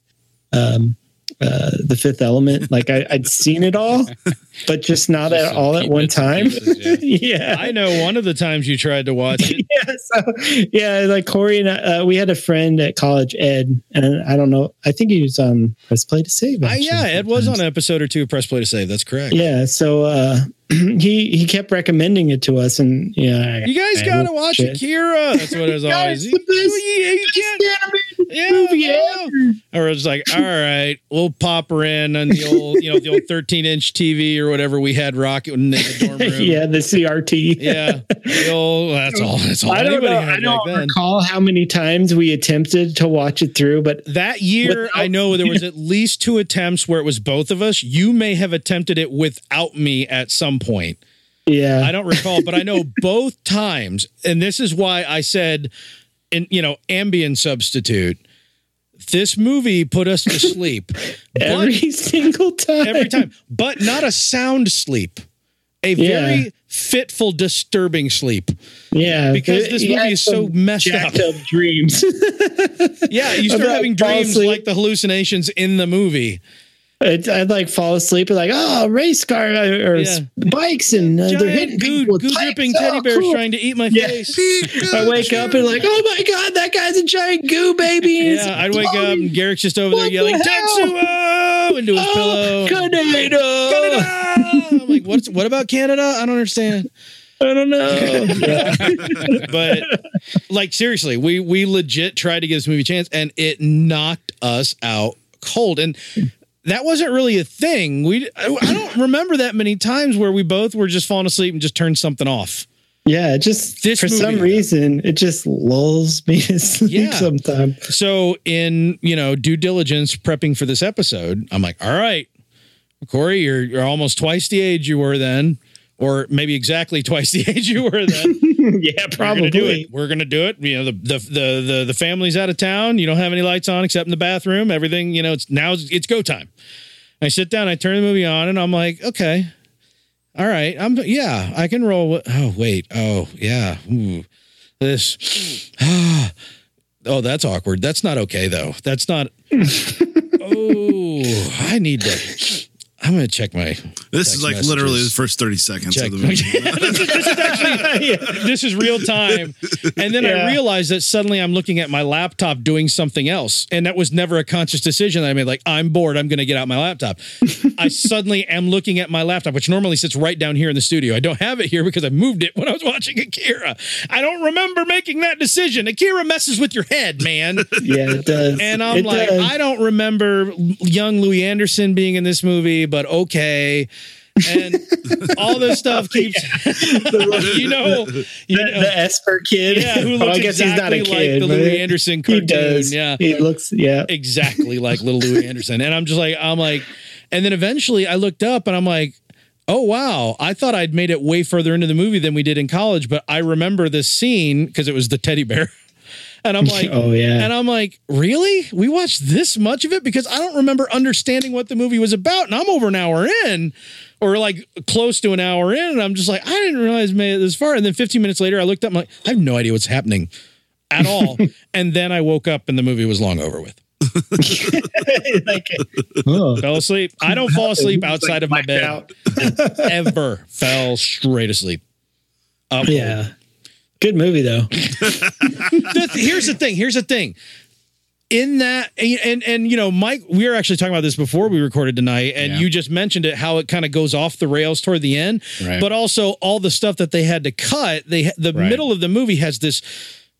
um uh the fifth element like I, i'd seen it all but just not
Just
at
some
all at
key
one
bits and
time
pieces, yeah.
yeah
I know one of the times you tried to watch it.
yeah, so yeah, like Corey and I, uh, we had a friend at college, Ed, and I don't know. I think he was on Press Play to Save.
I,
actually,
Oh, yeah, it was on
sometimes.
an episode or two of Press Play to Save. That's correct.
Yeah, so uh, he he kept recommending it to us, and yeah,
You guys
I
gotta
will
watch
check.
Akira. That's what it was
Guys,
always. You,
the best-
you- you can't. Yeah,
movie
no. Or it's like, all right, we'll pop her in on the old, you know, the old 13 inch TV or whatever we had rocking in the dorm room.
yeah, the CRT.
Yeah. The old- that's all. That's all.
I don't
anybody
know.
had
I don't
back then.
recall how many times we attempted to watch it through, but
That year,
Without-
I know there was at least two attempts where it was both of us. You may have attempted it without me at some point.
Yeah.
I don't recall, but I know both times, and this is why I said, in you know, ambient substitute. This movie put us to sleep But-
every single time.
every time, but not a sound sleep, a
Yeah.
very fitful, disturbing sleep.
Yeah.
Because this
You
movie
had
is so
some
messed
jacked
up.
up dreams.
Yeah, you start
About
having
fall
dreams
asleep.
like the hallucinations in the movie.
I'd, I'd like fall asleep and like, oh, race car uh, or
Yeah.
s- bikes and uh, they're hitting
Giant goo,
people with
goo
bikes.
dripping
Oh,
teddy bears
cool.
trying to eat my
Yeah.
face.
I wake up and like, oh my god, that guy's a giant goo baby. It's
Yeah, I'd wake up and Garrick's just over there
What the
yelling
hell?
Tetsuo into his
Oh,
pillow.
Canada.
Canada! I'm like, what's what about Canada? I don't understand.
I don't know. Yeah.
But like seriously, we we legit tried to give this movie a chance and it knocked us out cold. And that wasn't really a thing. We I I don't remember that many times where we both were just falling asleep and just turned something off.
Yeah, it just
This
for some
movie-
reason it just lulls me to sleep
Yeah.
sometime.
So in you know due diligence prepping for this episode, I'm like, all right, Corey, you're you're almost twice the age you were then, or maybe exactly twice the age you were then.
yeah,
We're gonna do
probably.
it. We're gonna do it. You know, the the the the, the family's out of town. You don't have any lights on except in the bathroom. Everything, you know, it's now it's, it's go time. I sit down, I turn the movie on, and I'm like, okay, all right, I'm yeah, I can roll. With, oh wait, oh yeah, Ooh. this. oh, that's awkward. That's not okay though. That's not. oh, I need to. I'm gonna check my
This
Text
is like
messages.
literally the first 30 seconds
check.
of the movie.
this, is, this is actually this is real time. And then
Yeah.
I realized that suddenly I'm looking at my laptop doing something else, and that was never a conscious decision that I made. Like I'm bored, I'm going to get out my laptop. I suddenly am looking at my laptop, which normally sits right down here in the studio. I don't have it here because I moved it when I was watching Akira. I don't remember making that decision. Akira messes with your head, man.
Yeah, it does.
And I'm
It
like,
does.
I don't remember young Louis Anderson being in this movie, but okay. And all this stuff keeps, you know, you
the,
know
the Esper kid.
yeah, who
Well,
looks
I guess he's not
exactly
a kid.
like the
but
Louis Anderson
he
cartoon.
does.
Yeah,
he looks. Yeah,
exactly like little Louis Anderson. And I'm just like, I'm like, and then eventually I looked up and I'm like, oh wow, I thought I'd made it way further into the movie than we did in college, but I remember this scene because it was the teddy bear. And I'm like,
Oh, yeah.
And I'm like, really? We watched this much of it because I don't remember understanding what the movie was about, and I'm over an hour in, or like close to an hour in, and I'm just like, I didn't realize I made it this far. And then 15 minutes later, I looked up, I'm like, I have no idea what's happening at all. and then I woke up, and the movie was long over with.
like, oh,
fell asleep. I don't fall asleep outside of my
blacked
bed
out.
ever. Fell straight asleep. Um,
yeah. Good movie though.
the- here's the thing. Here's the thing. In that, and, and and you know, Mike, we were actually talking about this before we recorded tonight, and
Yeah.
you just mentioned it how it kind of goes off the rails toward the end,
Right.
but also all the stuff that they had to cut. They the
Right.
middle of the movie has this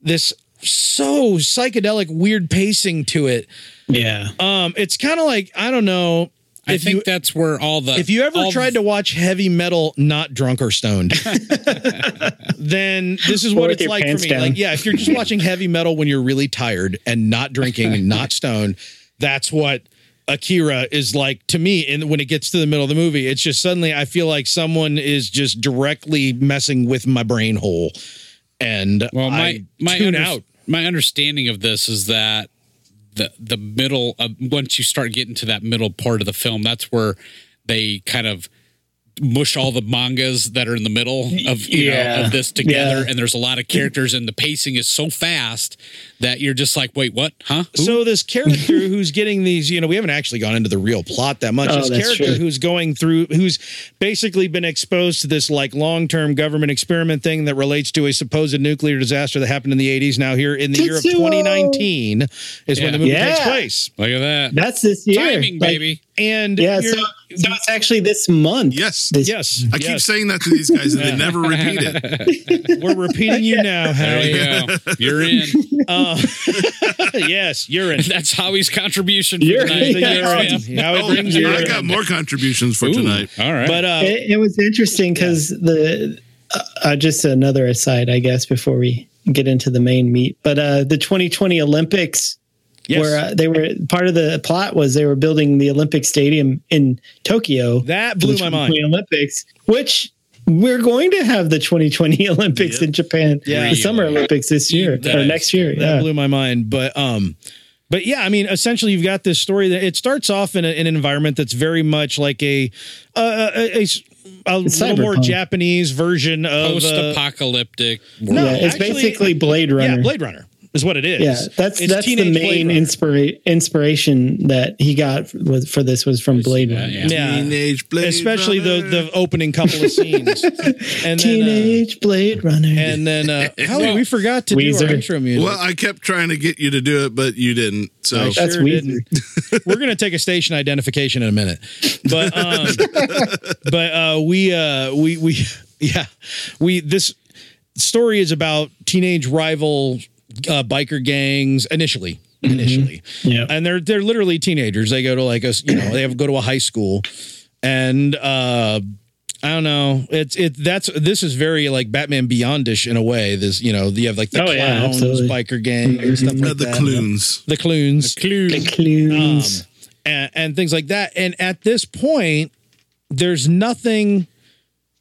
this so psychedelic weird pacing to it.
Yeah,
Um, it's kind of like I don't know.
I
if
think
you-
that's where all the
if you ever
all
tried to watch heavy metal not drunk or stoned then this is what
with
it's
your
like for
pants
me
down.
like yeah if you're just watching heavy metal when you're really tired and not drinking and not stoned that's what akira is like to me and when it gets to the middle of the movie it's just suddenly i feel like someone is just directly messing with my brain hole and
well my
I
my
tune
under-
out
my understanding of this is that the the middle of once you start getting to that middle part of the film that's where they kind of mush all the mangas that are in the middle of you know
Yeah.
of this together
Yeah.
and there's a lot of characters and the pacing is so fast that you're just like wait what huh Who?"
So this character who's getting these, you know, we haven't actually gone into the real plot that much.
Oh,
this
that's
character
true.
who's going through, who's basically been exposed to this like long-term government experiment thing that relates to a supposed nuclear disaster that happened in the 80s. Now here in the year of
Tetsuo!
2019 is when
Yeah.
the movie
Yeah.
takes place.
look at that
that's this year.
timing
Like,
baby
And
Yeah, so,
you're-
so it's actually this month.
Yes.
This,
yes,
I keep
yes,
saying that to these guys and they never repeat it.
we're repeating you now,
there
Howie.
you go you're in
Uh, yes, you're in.
that's howie's contribution for
You're-
tonight.
yeah.
Thanks, man.
Howie
Oh,
brings you
I
in.
got more contributions for
Ooh,
tonight.
all right
But uh,
it, it was interesting because the uh, uh, just another aside, I guess, before we get into the main meat, but uh, the 2020 Olympics,
yes,
where uh, they were part of the plot was they were building the Olympic stadium in Tokyo.
that
for the
blew my mind.
2020 Olympics, which we're going to have the 2020 Olympics in Japan,
Yeah.
the Summer Olympics this year
That
or
is-
next year.
That
Yeah.
blew my mind. But um, but yeah, I mean, essentially, you've got this story that it starts off in, a, in an environment that's very much like a uh, a, a, s- a
It's
little more
cyberpunk.
Japanese version of uh,
post-apocalyptic.
no,
yeah, it's
actually-
basically Blade
yeah,
Runner.
Blade Runner is what it is.
Yeah, that's
It's
that's the
teenage Blade
main
Runner.
inspira- inspiration that he got was for this was from Blade Runner.
yeah.
Yeah.
Teenage Blade
Especially the
Runner.
the opening couple of scenes, and then uh,
Teenage Blade Runner.
and then uh, how
Well,
we forgot to do
Weezer.
our intro music.
Well, I kept trying to get you to do it, but you didn't. So
I
That's
sure
Weezer.
didn't. We're gonna take a station identification in a minute, but um, but uh, we uh, we we yeah we this story is about teenage rival uh, biker gangs initially
Mm-hmm.
initially
Yeah.
and they're they're literally teenagers they go to like a s- you know they have go to a high school and uh I don't know. It's it. That's this is very like Batman Beyondish in a way. This you know you have like the
Oh, yeah,
clowns,
absolutely.
biker gang, and stuff
Uh,
like
the
that.
clunes.
the clowns,
The
Um,
clues.
and, and things like that. And at this point, there's nothing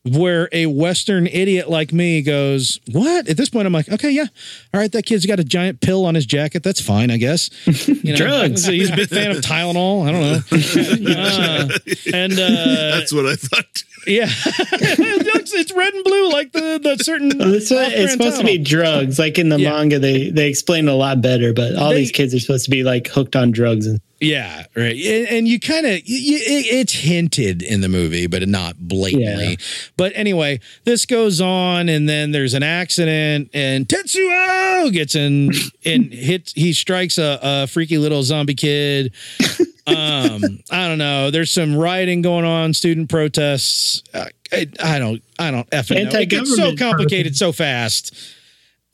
where a Western idiot like me goes, What? At this point, I'm like, Okay, yeah. All right, that kid's got a giant pill on his jacket. That's fine, I guess. You know,
Drugs.
so he's a big fan of Tylenol. I don't know. Uh, and uh,
That's what I thought.
yeah, it looks, it's red and blue like the, the certain.
Oh, this one,
off-brand
it's supposed to be
Tylenol.
drugs. Like in the
Yeah.
manga, they they explain a lot better. But all
They-
these kids are supposed to be like hooked on drugs. And
Yeah, right. And, and you kind of it's hinted in the movie, but not blatantly.
Yeah.
But anyway, this goes on, and then there's an accident, and Tetsuo gets in and hits. He strikes a, a freaky little zombie kid. Um, I don't know. There's some rioting going on, student protests. Uh, I, I don't. I don't. Effing know. It gets so
Anti-government
complicated so fast.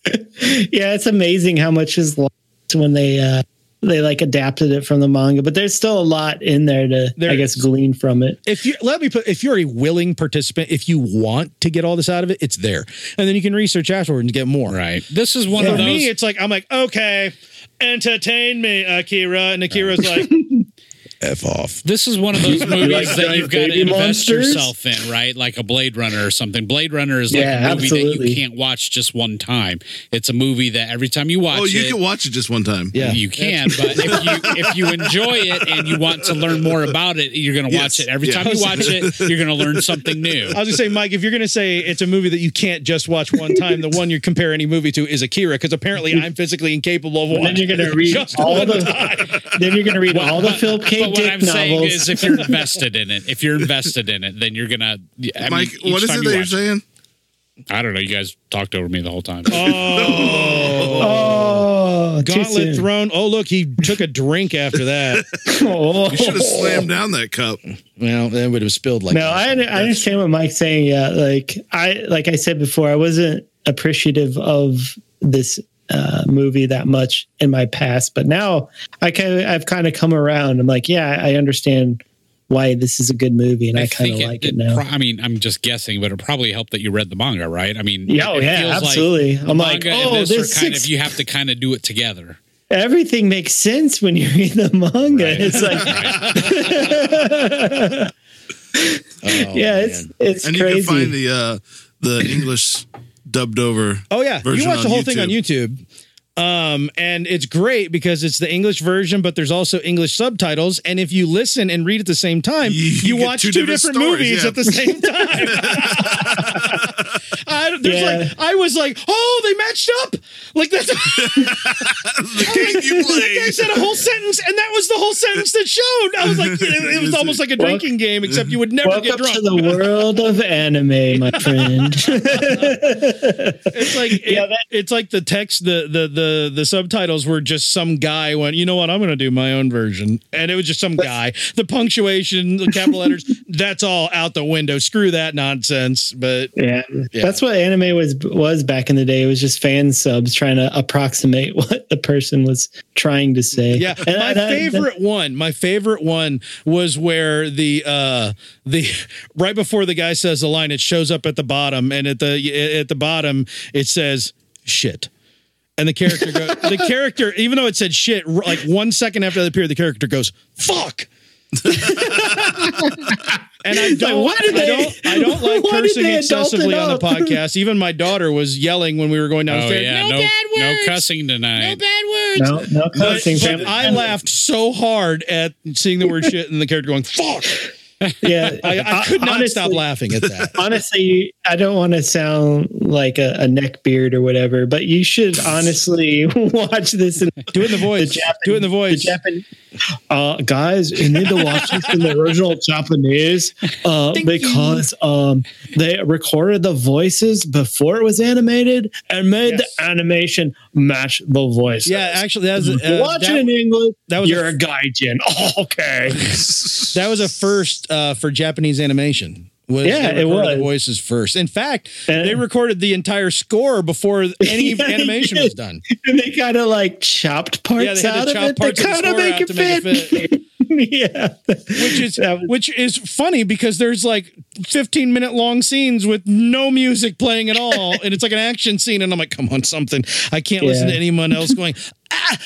yeah, it's amazing how much is lost when they uh, they like adapted it from the manga. But there's still a lot in there to
There
I guess
is.
glean from it.
if you let me put if you're a willing participant if you want to get all this out of it it's there and then you can research afterward and get more
Right. This is one
for
of those.
me it's like i'm like okay entertain me akira and akira's like f off
this is one of those movies
like
that
giant
you've got to
baby
invest
monsters?
yourself in, right? Like a Blade Runner or something. Blade Runner is like
Yeah,
a movie that
absolutely.
you can't watch just one time. It's a movie that every time you watch
Oh, you
it,
can watch it just one time.
Yeah.
you can, but if you if you enjoy it and you want to learn more about it, you're going to watch
Yes.
it. Every
Yeah.
time you watch it, you're going to learn something
I
new.
was gonna say, Mike, if you're gonna say it's a movie that you can't just watch one time, the one you compare any movie to is Akira, because apparently I'm physically incapable of
And then
watching.
you're gonna read
Just
all the then you're gonna read all the Philip K.
But what
Dick
I'm saying
novels.
is, if you're invested in it, if you're invested in it, then you're gonna. I
Mike,
mean, each
what is
time
it
you
that you're
watch it-
saying?
I don't know. You guys talked over me the whole time.
oh, too
Gauntlet
soon.
Throne. Oh, look, he took a drink after that.
Oh.
You should have slammed down that cup.
well, that would have spilled like
No, I, I understand what Mike's saying. Yeah, like I like I said before, I wasn't appreciative of this uh, movie that much in my past, but now I kind of I've kind of come around. I'm like, yeah, I understand why this is a good movie, and I, kind of
think
like it, now.
pro- I mean, I'm just guessing, but it probably helped that you read the manga, right? I mean,
yeah, oh,
it
yeah,
feels like
absolutely. I'm like,
manga and
oh,
this,
this
are kind
six-
of you have to kind of do it together.
everything makes sense when you read the manga.
Right.
It's like,
Oh,
yeah, it's it's
And
crazy.
you can find the uh, the English dubbed over.
Oh yeah, you
version
watch the
on
whole thing on YouTube. Um, and it's great because it's the English version, but there's also English subtitles. And if you listen and read at the same time,
You-
you,
you get
watch two, different,
stories,
movies
yeah.
at the same time. I, there's
Yeah.
like I was like, oh, they matched up. Like that's
the game you
I
play.
said a whole sentence, and that was the whole sentence that showed. I was like, it, it was almost like a drinking game, except you would never get
Welcome
drunk.
to the world of anime, my friend.
It's like it-
Yeah, that-
it's like the text, the the the the subtitles were just some guy went, you know what, I'm gonna do my own version, and it was just some guy. The punctuation, the capital letters, that's all out the window. Screw that nonsense. But
Yeah. that's what anime was was back in the day. It was just fan subs trying to approximate what the person was trying to say.
yeah,
And
my
I- that-
favorite one, my favorite one was where the uh the right before the guy says the line, it shows up at the bottom, and at the at the bottom it says shit. And the character goes, the character, even though it said shit, r- like one second after the period, the character goes, fuck. And I don't,
why did
I
they-
don't, I don't like
why did
cursing
they adult
excessively
it
on the
up?
podcast. Even my daughter was yelling when we were going
Oh
downstairs.
yeah,
No
no,
bad
no
words.
cussing tonight.
No, no
But,
cussing,
but
family.
I laughed so hard at seeing the word shit and the character going fuck.
Yeah,
I, I could not
Uh, honestly-
stop laughing at that.
Honestly, I don't want to sound like a, a neckbeard or whatever, but you should honestly watch this in
Do it in the voice. Do it in the voice.
The Japan- uh, guys, you need to watch this in the original Japanese uh, because um, they recorded the voices before it was animated and made the animation match the voices.
yeah, actually, that was,
If you
uh,
watch it in
that,
English.
that was a-
you're a, gaijin. Oh, okay.
that was a first uh, for Japanese animation. Was
Yeah,
they
it
recorded
was.
The voices first. In fact,
And-
they recorded the entire score before any
Yeah, they
animation
did.
was done.
And they kind of like chopped parts
Yeah, they had to
out
chop
of it
parts
to
of the
kind of
score
make
out
it
to make
fit.
it
yeah.
which is
That was-
which is funny because there's like 15 minute long scenes with no music playing at all and it's like an action scene and i'm like come on something i can't listen
Yeah.
to anyone else going "Ah,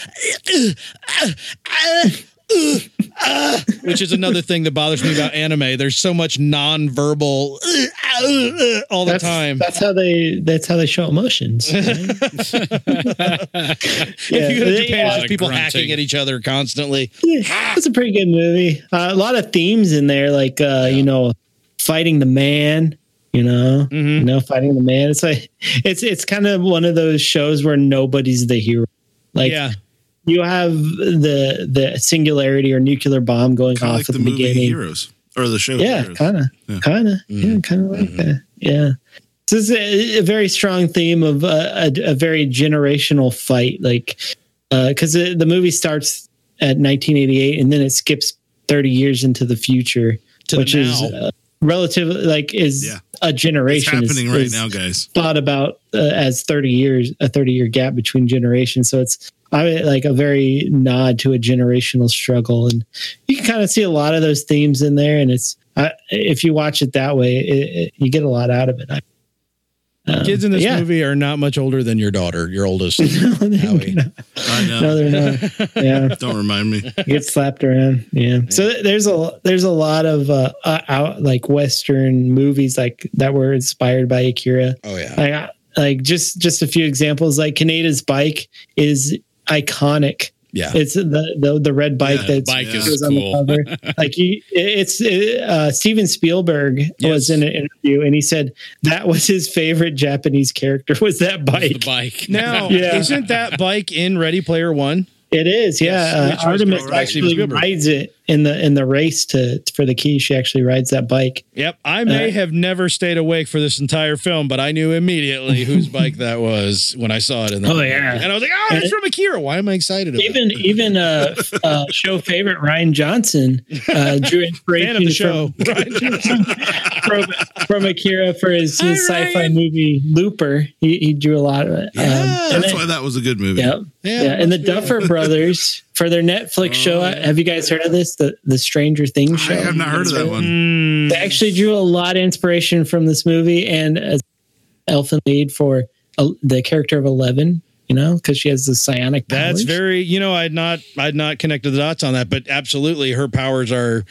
eh, ah, ah, uh, ah," which is another thing that bothers me about anime there's so much nonverbal "Uh, ah, uh, uh," all the
That's,
time
that's how they that's how they show emotions. right? yeah,
if you go to
they-
japan it's "Ah."
yeah.
just people
Grunting.
hacking at each other constantly
yeah, it's a pretty good movie. Uh, a lot of themes in there, like uh, you know, fighting the man. You know,
Mm-hmm.
you know, fighting the man. It's like it's it's kind of one of those shows where nobody's the hero. Like
yeah
you have the the singularity or nuclear bomb going
Kind of
off
like
at
the,
the,
movie
beginning.
Heroes or the show.
Yeah,
Heroes.
kind of,
Yeah.
kind of, yeah, kind of like that. Yeah, so this is a, a very strong theme of uh, a, a very generational fight, like because the the movie starts at 1988 and then it skips 30 years into the future,
To the
which is
now.
uh, relatively like is
Yeah.
a
It's
generation is-
happening right
is
now, guys.
Thought about uh, as 30 years, a 30 year gap between generations, so it's. I like a very nod to a generational struggle, and you can kind of see a lot of those themes in there. And it's I, if you watch it that way, it, it, you get a lot out of it. I, um,
kids in this
yeah.
movie are not much older than your daughter your oldest Oh, Howie.
I know.
no, they're not. Yeah,
Don't remind me.
get slapped around. Yeah. So th- there's a there's a lot of uh, uh, out, like Western movies like that were inspired by Akira.
oh yeah
Like, I- like just just a few examples. Like Kaneda's bike is iconic.
Yeah.
it's the the, the red bike
Yeah, the
that's
Bike
Yeah.
is
was
cool.
on the cover. like he, it's uh, Steven Spielberg was
Yes.
in an interview and he said that was his favorite Japanese character was that
The
bike.
bike.
Now,
Yeah.
isn't that bike in Ready Player One?
It is, yeah.
Yes, which was
uh, Artemis
Spielberg.
actually
Spielberg.
rides it in the in the race to for the key. She actually rides that bike.
Yep. I may
Uh,
have never stayed awake for this entire film, but I knew immediately whose bike that was when I saw it in the
Oh, yeah.
And I was like, oh,
And
it's
it-
from Akira. Why am I excited about it?
Even even uh, f- uh, show favorite Ryan Johnson uh, drew inspiration
Fan of the
from-
show.
from, from Akira for his, his
Hi,
sci-fi
Ryan.
movie Looper. He, he drew a lot of it. Um,
Yeah,
and
That's
then-
why that was a good movie.
yeah, yeah, And the Duffer Brothers for their Netflix show. Have you guys heard of this? The the Stranger Things
I
show.
have not heard of that one.
Mm,
They actually drew a lot of inspiration from this movie and as elfin lead for uh, the character of Eleven. You know, because she has the psionic.
that's
powers.
very, you know, I'd not, I'd not connected the dots on that, but absolutely, her powers are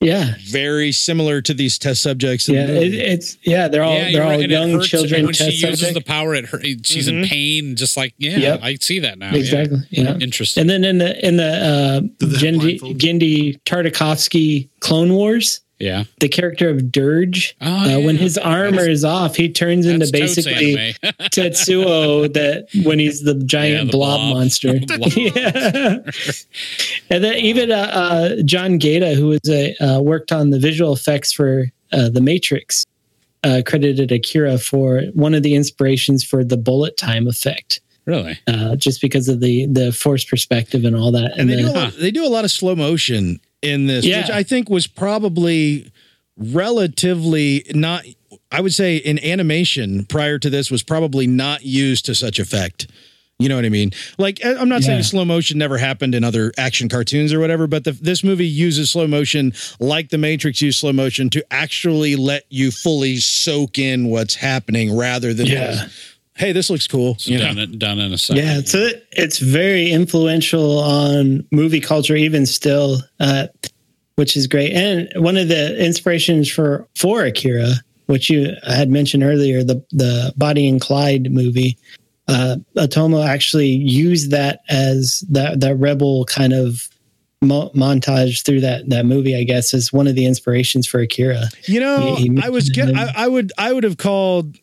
yeah.
very similar to these test subjects. in the
Yeah,
movie.
it, it's yeah. They're all
Yeah,
they're
you're
all
right, and it
young
hurts,
children.
and When she
test
uses
subject.
the power, it hurt, it- she's in
Mhm.
pain. Just like yeah,
Yep.
I see that now. yeah.
exactly. yeah.
Interesting.
And then in the in the uh,
Did they have
Gendy
blindfold?
Gendy Tartakovsky Clone Wars,
yeah.
the character of Dirge,
Oh,
uh, when
yeah.
his armor is off, he turns
That's
into
totes
basically
anime.
Tetsuo that when he's the giant
Yeah, the
blob,
blob.
monster.
Blob.
yeah. and then even uh, uh, John Gata, who was a uh, worked on the visual effects for uh, The Matrix, uh, credited Akira for one of the inspirations for the bullet time effect.
really.
Uh, just because of the the force perspective and all that,
and they
then-
do a lot, they do a lot of slow motion in this, which
Yeah.
I think was probably relatively not. I would say in animation prior to this was probably not used to such effect. You know what I mean? Like I- I'm not saying
Yeah.
slow motion never happened in other action cartoons or whatever, but the, this movie uses slow motion like The Matrix used slow motion to actually let you fully soak in what's happening rather than
Yeah.
just, hey, this looks cool.
It's
you know?
done, it done in a second.
Yeah, so it- it's very influential on movie culture, even still. Uh, which is great. And one of the inspirations for for Akira, which you had mentioned earlier, the the Body and Clyde movie, uh, Otomo actually used that as that that rebel kind of mo- montage through that that movie. I guess is one of the inspirations for Akira.
You know,
He- he
I was
mentioned
get,
it.
I, I would I would have called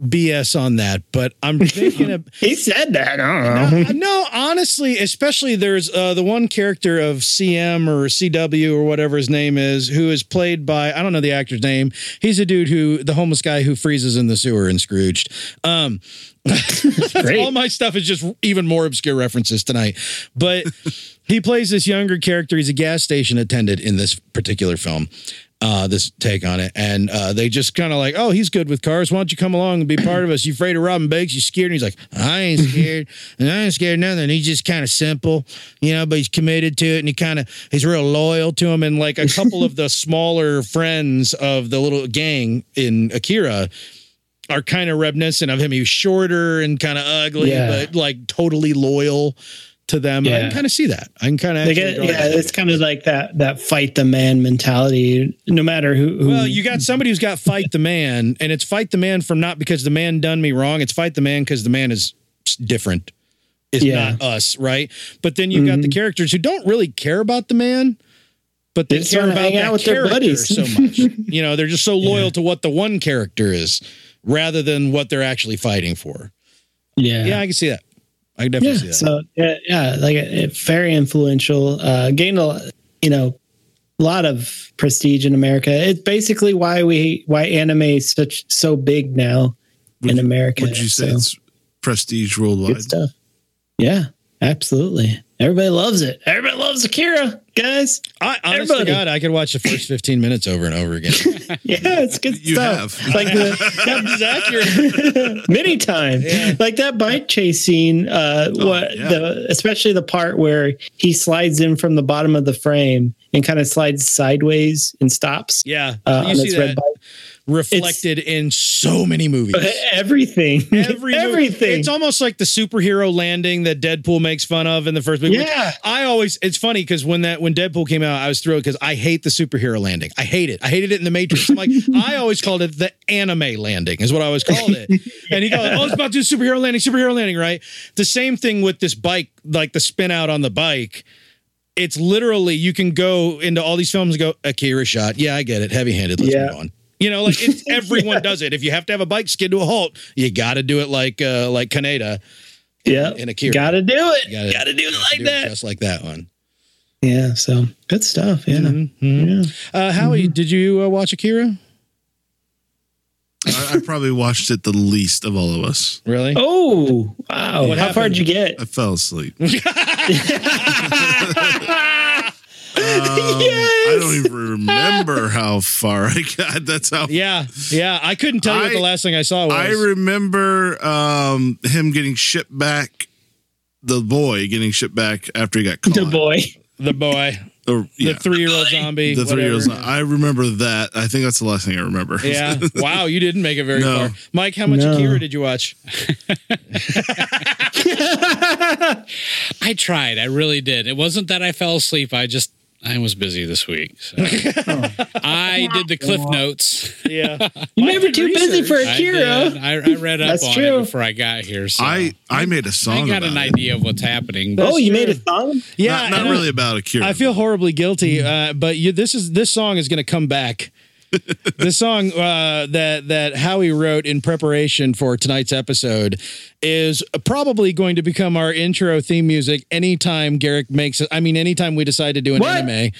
BS on that, but I'm thinking of
He said that. I
no, no, honestly, especially there's uh, the one character of CM or CW or whatever his name is, who is played by I don't know the actor's name. He's a dude who the homeless guy who freezes in the sewer and Scrooged. Um,
great.
all my stuff is just even more obscure references tonight. But he plays this younger character. He's a gas station attendant in this particular film. Uh, this take on it, and uh, they just kind of like, oh, he's good with cars. Why don't you come along and be part of us? You afraid of Robin Banks? You scared? And he's like, I ain't scared, and I ain't scared of nothing. He's just kind of simple, you know, but he's committed to it, and he kind of he's real loyal to him. And like a couple of the smaller friends of the little gang in Akira, are kind of reminiscent of him. He was shorter and kind of ugly,
Yeah.
but like totally loyal to them. I
Yeah.
can kind of see that. I can kind of
They get- yeah, it's kind of like that that fight the man mentality. No matter who, who
Well, you got somebody who's got fight the man, and it's fight the man from not because the man done me wrong. It's fight the man because the man is s- different. Is
Yeah. Mm-hmm.
not us, right? But then you've got the characters who don't really care about the man, but they
They just
care
wanna
about
hang
that
out with their
character
buddies.
so much. you know, they're just so loyal to what the one character is, rather than what they're actually fighting for.
yeah,
Yeah, I can see that. I can definitely see that.
So yeah, yeah, like it, very influential. Uh, gained a you know a lot of prestige in America. It's basically why we why anime is such so big now
Would
in
you-
America.
Would you say
Mm, So,
it's prestige
good
worldwide?
stuff? Yeah, absolutely. Everybody loves it. Everybody loves Akira, guys.
I honest to
Everybody.
God, I could watch the first 15 minutes over and over again.
Yeah, it's good
You
stuff.
have.
Like the,
That's accurate.
many times. Like that bike chase scene, uh,
Oh,
what
yeah.
the especially the part where he slides in from the bottom of the frame and kind of slides sideways and stops
Yeah.
uh,
you
on
see
its red
that
bike.
reflected in so many movies.
Everything,
Every movie.
everything.
It's almost like the superhero landing that Deadpool makes fun of in the first movie. which
Yeah.
I always it's funny because when that when Deadpool came out, I was thrilled because I hate the superhero landing. I hate it. I hated it in the Matrix. I'm like, I always called it the anime landing, is what I always called it. And he goes, Oh, it's about to do superhero landing, superhero landing, right? The same thing with this bike, like the spin out on the bike. It's literally you can go into all these films and go, Akira shot. Yeah, I get it. Heavy handed. Let's
Yeah.
move on. You know, like it's, everyone does it. If you have to have a bike skid to a halt, you got to do it like uh like Kaneda.
yeah,
in Akira.
gotta do it.
You gotta-
gotta do it like
Do it
that.
just like that one.
yeah, so good stuff. Yeah, yeah.
Uh, Howie,
Mm-hmm.
did you uh, watch Akira?
I, I probably watched it the least of all of us.
Really?
Oh wow! How far did you get?
I fell asleep. Um,
Um,
yes.
I don't even remember how far I got. That's how
Yeah, yeah. I couldn't tell you what
I-
the last thing I saw was.
I remember um, him getting shipped back. The boy getting shipped back after he got caught.
the boy.
the boy,
Or, yeah,
the three-year-old zombie,
the three years.
whatever.
I remember that. I think that's the last thing I remember.
Yeah. Wow, you didn't make it very
No.
far. Mike, how much
No.
Akira did you watch?
I tried. I really did. It wasn't that I fell asleep. I just I was busy this week. So. I did the cliff notes.
Yeah.
You never too busy for
I, did.
Akira.
I, I read up
That's
on
true.
it before I got here. So
I I made a
I
song.
got
about
an
it.
idea of what's happening.
Oh, you made
true.
a song.
Yeah.
Not, not
and I-
really Mm-hmm. about a cure.
I feel horribly guilty, uh, but you, this is this song is going to come back. this song uh, that that Howie wrote in preparation for tonight's episode is probably going to become our intro theme music anytime Garrick makes it. I mean, anytime we decide to do an
What?
anime,
Uh,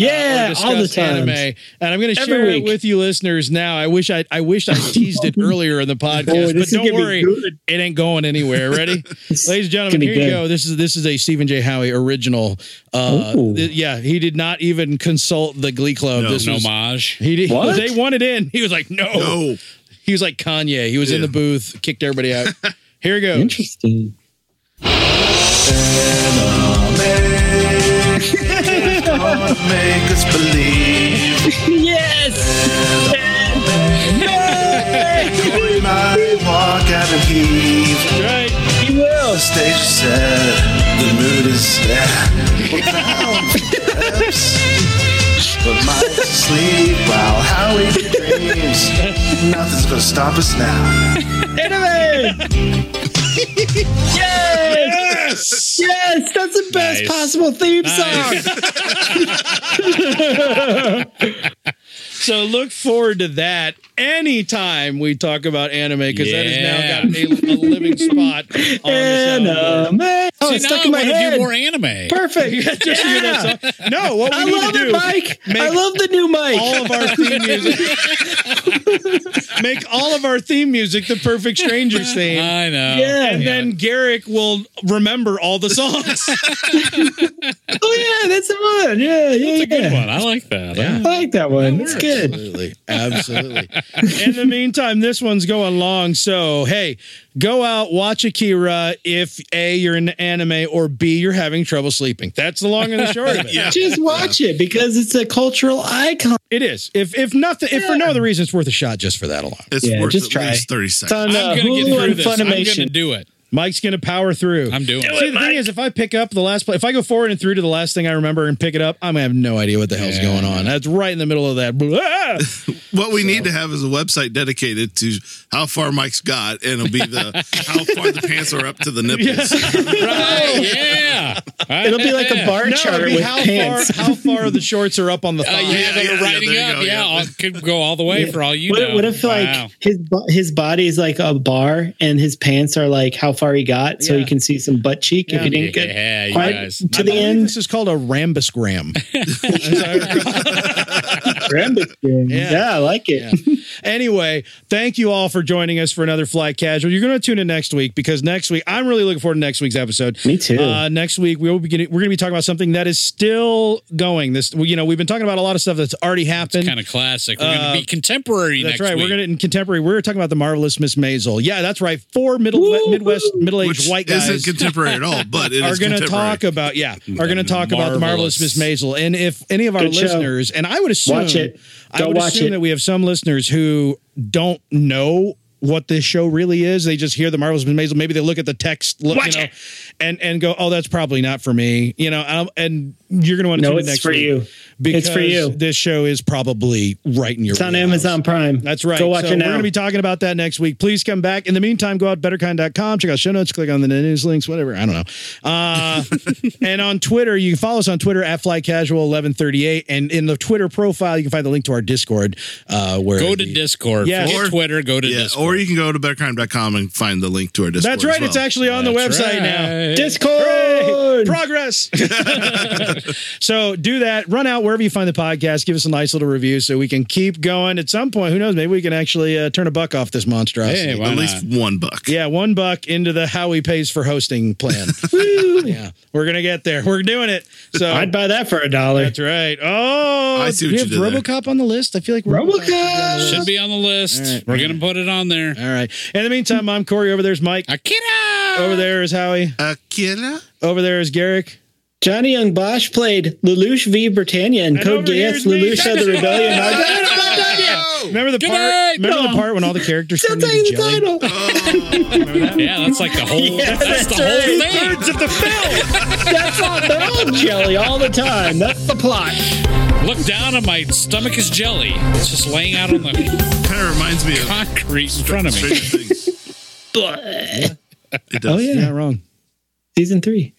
Yeah, all the
discuss
time.
anime, and I'm going to
Every
share
week.
it with you listeners now. I wish I I wished I teased it earlier in the podcast,
Boy,
but
this is
don't
gonna be
worry,
good.
it ain't going anywhere. Ready, ladies and gentlemen,
gonna be
here you
good.
go. This is this is a Stephen J. Howie original. Uh,
Ooh.
th- yeah, he did not even consult the Glee Club.
No.
this
an
was
homage.
he did,
What?
they wanted in. He was like, no.
No.
He was like Kanye. He was in
Yeah.
the booth, kicked everybody out. Here we go.
Interesting.
make us believe. yes! We might walk out and heave.
Right.
The stage is set, the mood is set. We're bound for depths Put my to sleep while Howie dreams. Nothing's gonna stop us now.
Anime! yes! Yes! That's the best
Nice.
possible theme song.
So look forward to that anytime we talk about anime because that has now gotten a, a living spot on the soundboard.
Anime. Oh, it's
See,
stuck in
now I
my
wanna do
head.
more anime.
Perfect. Yeah.
No, what we
I
need
love
to
it,
do
Mike. I
make-
love the new Mike.
all of our theme music. make all of our theme music the Perfect Strangers theme.
I know.
Uh, yeah.
and then Garrick will remember all the songs.
oh, yeah. That's the one. Yeah. Yeah.
That's a
yeah.
good one. I like that.
I like that one. It's good.
Absolutely. Absolutely.
in the meantime, this one's going long. So, hey, go out, watch Akira if A, you're into anime, or B, you're having trouble sleeping. That's the long and the short of it.
Just watch it because it's a cultural icon.
It is. If if nothing, if for no
Yeah.
other reason, it's worth a shot just for that alone.
It's
Yeah,
worth
just
at
try.
least 30
It's
seconds.
on uh,
I'm gonna
Hulu
get through
and
this. I'm gonna
Funimation.
do it.
Mike's gonna power through.
I'm doing
See,
it.
the thing is, if I pick up the last, pla- if I go forward and through to the last thing I remember and pick it up, I'm gonna have no idea what the hell's
Yeah.
going on. That's right in the middle of that. Blah!
What we need to have is a website dedicated to how far Mike's got, and it'll be the how far the pants are up to the nipples.
Right? Yeah.
It'll be like a bar
No,
chart
it'd be
with
how
pants.
far how far the shorts are up on the thigh.
Uh, yeah,
yeah,
they're
yeah,
riding
there you
up.
go,
yeah,
yeah.
all- could go all the way for all you
What,
know.
what if
Wow.
like his bo- his body is like a bar and his pants are like how far he got, so
Yeah.
you can see some butt cheek if
Yeah.
you didn't get
Yeah, you
quite
guys.
to
I
the
believe
end.
This is called a rambusgram. As I recall.
Rambit game.
Yeah.
Yeah. I like it.
anyway, thank you all for joining us for another Fly Casual. You're going to tune in next week because next week I'm really looking forward to next week's episode.
Me too.
Uh, next week we will be getting, we're going to be talking about something that is still going. This you know we've been talking about a lot of stuff that's already happened.
kind of classic. We're going
Uh,
to be contemporary
that's
next
right.
week.
We're going to in contemporary. We're talking about the marvelous Miss Maisel. Yeah, that's right. Four middle
Woo!
Midwest middle aged
Which
white guys
isn't contemporary at all, but it
are
is
going to
contemporary.
talk about yeah are going to talk about the marvelous
Marvelous.
Miss Maisel. And if any of our
Good show.
listeners, and I would assume,
Watch it.
I
Go
would
watch
assume
it.
that we have some listeners who don't know what this show really is. They just hear the marvelous Miss Maisel. Maybe they look at the text, look,
Watch
you know,
it.
and and go, oh, that's probably not for me. You know, and, and you're going to want to
no,
tune in
it's
next
for
week
you.
because
It's for you.
This show is probably right in your.
It's on
wheelhouse.
Amazon Prime.
That's right.
Go watch
So
it
We're
now.
going to be talking about that next week. Please come back. In the meantime, go out to betterkind.com, check out show notes, click on the news links, whatever. I don't know. Uh, and on Twitter, you can follow us on Twitter at flycasual1138. And in the Twitter profile, you can find the link to our Discord. Uh, where
go to
the-
Discord.
Yeah.
Forget
Or-
Twitter. Go to
Yeah,
Discord.
or you can go to bettercrime.com and find the link to our Discord.
That's right.
as well.
It's actually on the
That's
website now.
right.
Discord.
progress. so do that. Run out wherever you find the podcast. Give us a nice little review so we can keep going. At some point, who knows? Maybe we can actually uh, turn a buck off this monstrosity.
Hey, why
at
not?
least one buck.
Yeah, one buck into the Howie pays for hosting plan. yeah, we're gonna get there. We're doing it. So
I'd buy that for a dollar.
that's right. Oh,
I see
do we
what
have
you did there.
RoboCop on the list. I feel like we're-
RoboCop.
Should be on the list.
All right.
We're going to put it on there.
All right. In the meantime, I'm Corey. Over there's Mike.
Akira!
Over there is Howie.
A killer?
Over there is Garrick.
Johnny Young Bosch played Lelouch v. Britannia and Code
over here's
Geass,
me.
Lelouch of the Rebellion. I
Remember the
Good
part?
night!
Remember the part when all the characters
still
turned into
tell
jelly?
you the title.
Oh.
Yeah, that's like the whole. Oh, that's, the
that's right.
whole thing.
Birds of the film.
That's all, they're all jelly all the time. That's the plot.
Look down, and my stomach is jelly. It's just laying out on the
Kind of reminds me of
concrete in front of me.
Stranger Things.
Oh, yeah.
Not wrong.
Season three.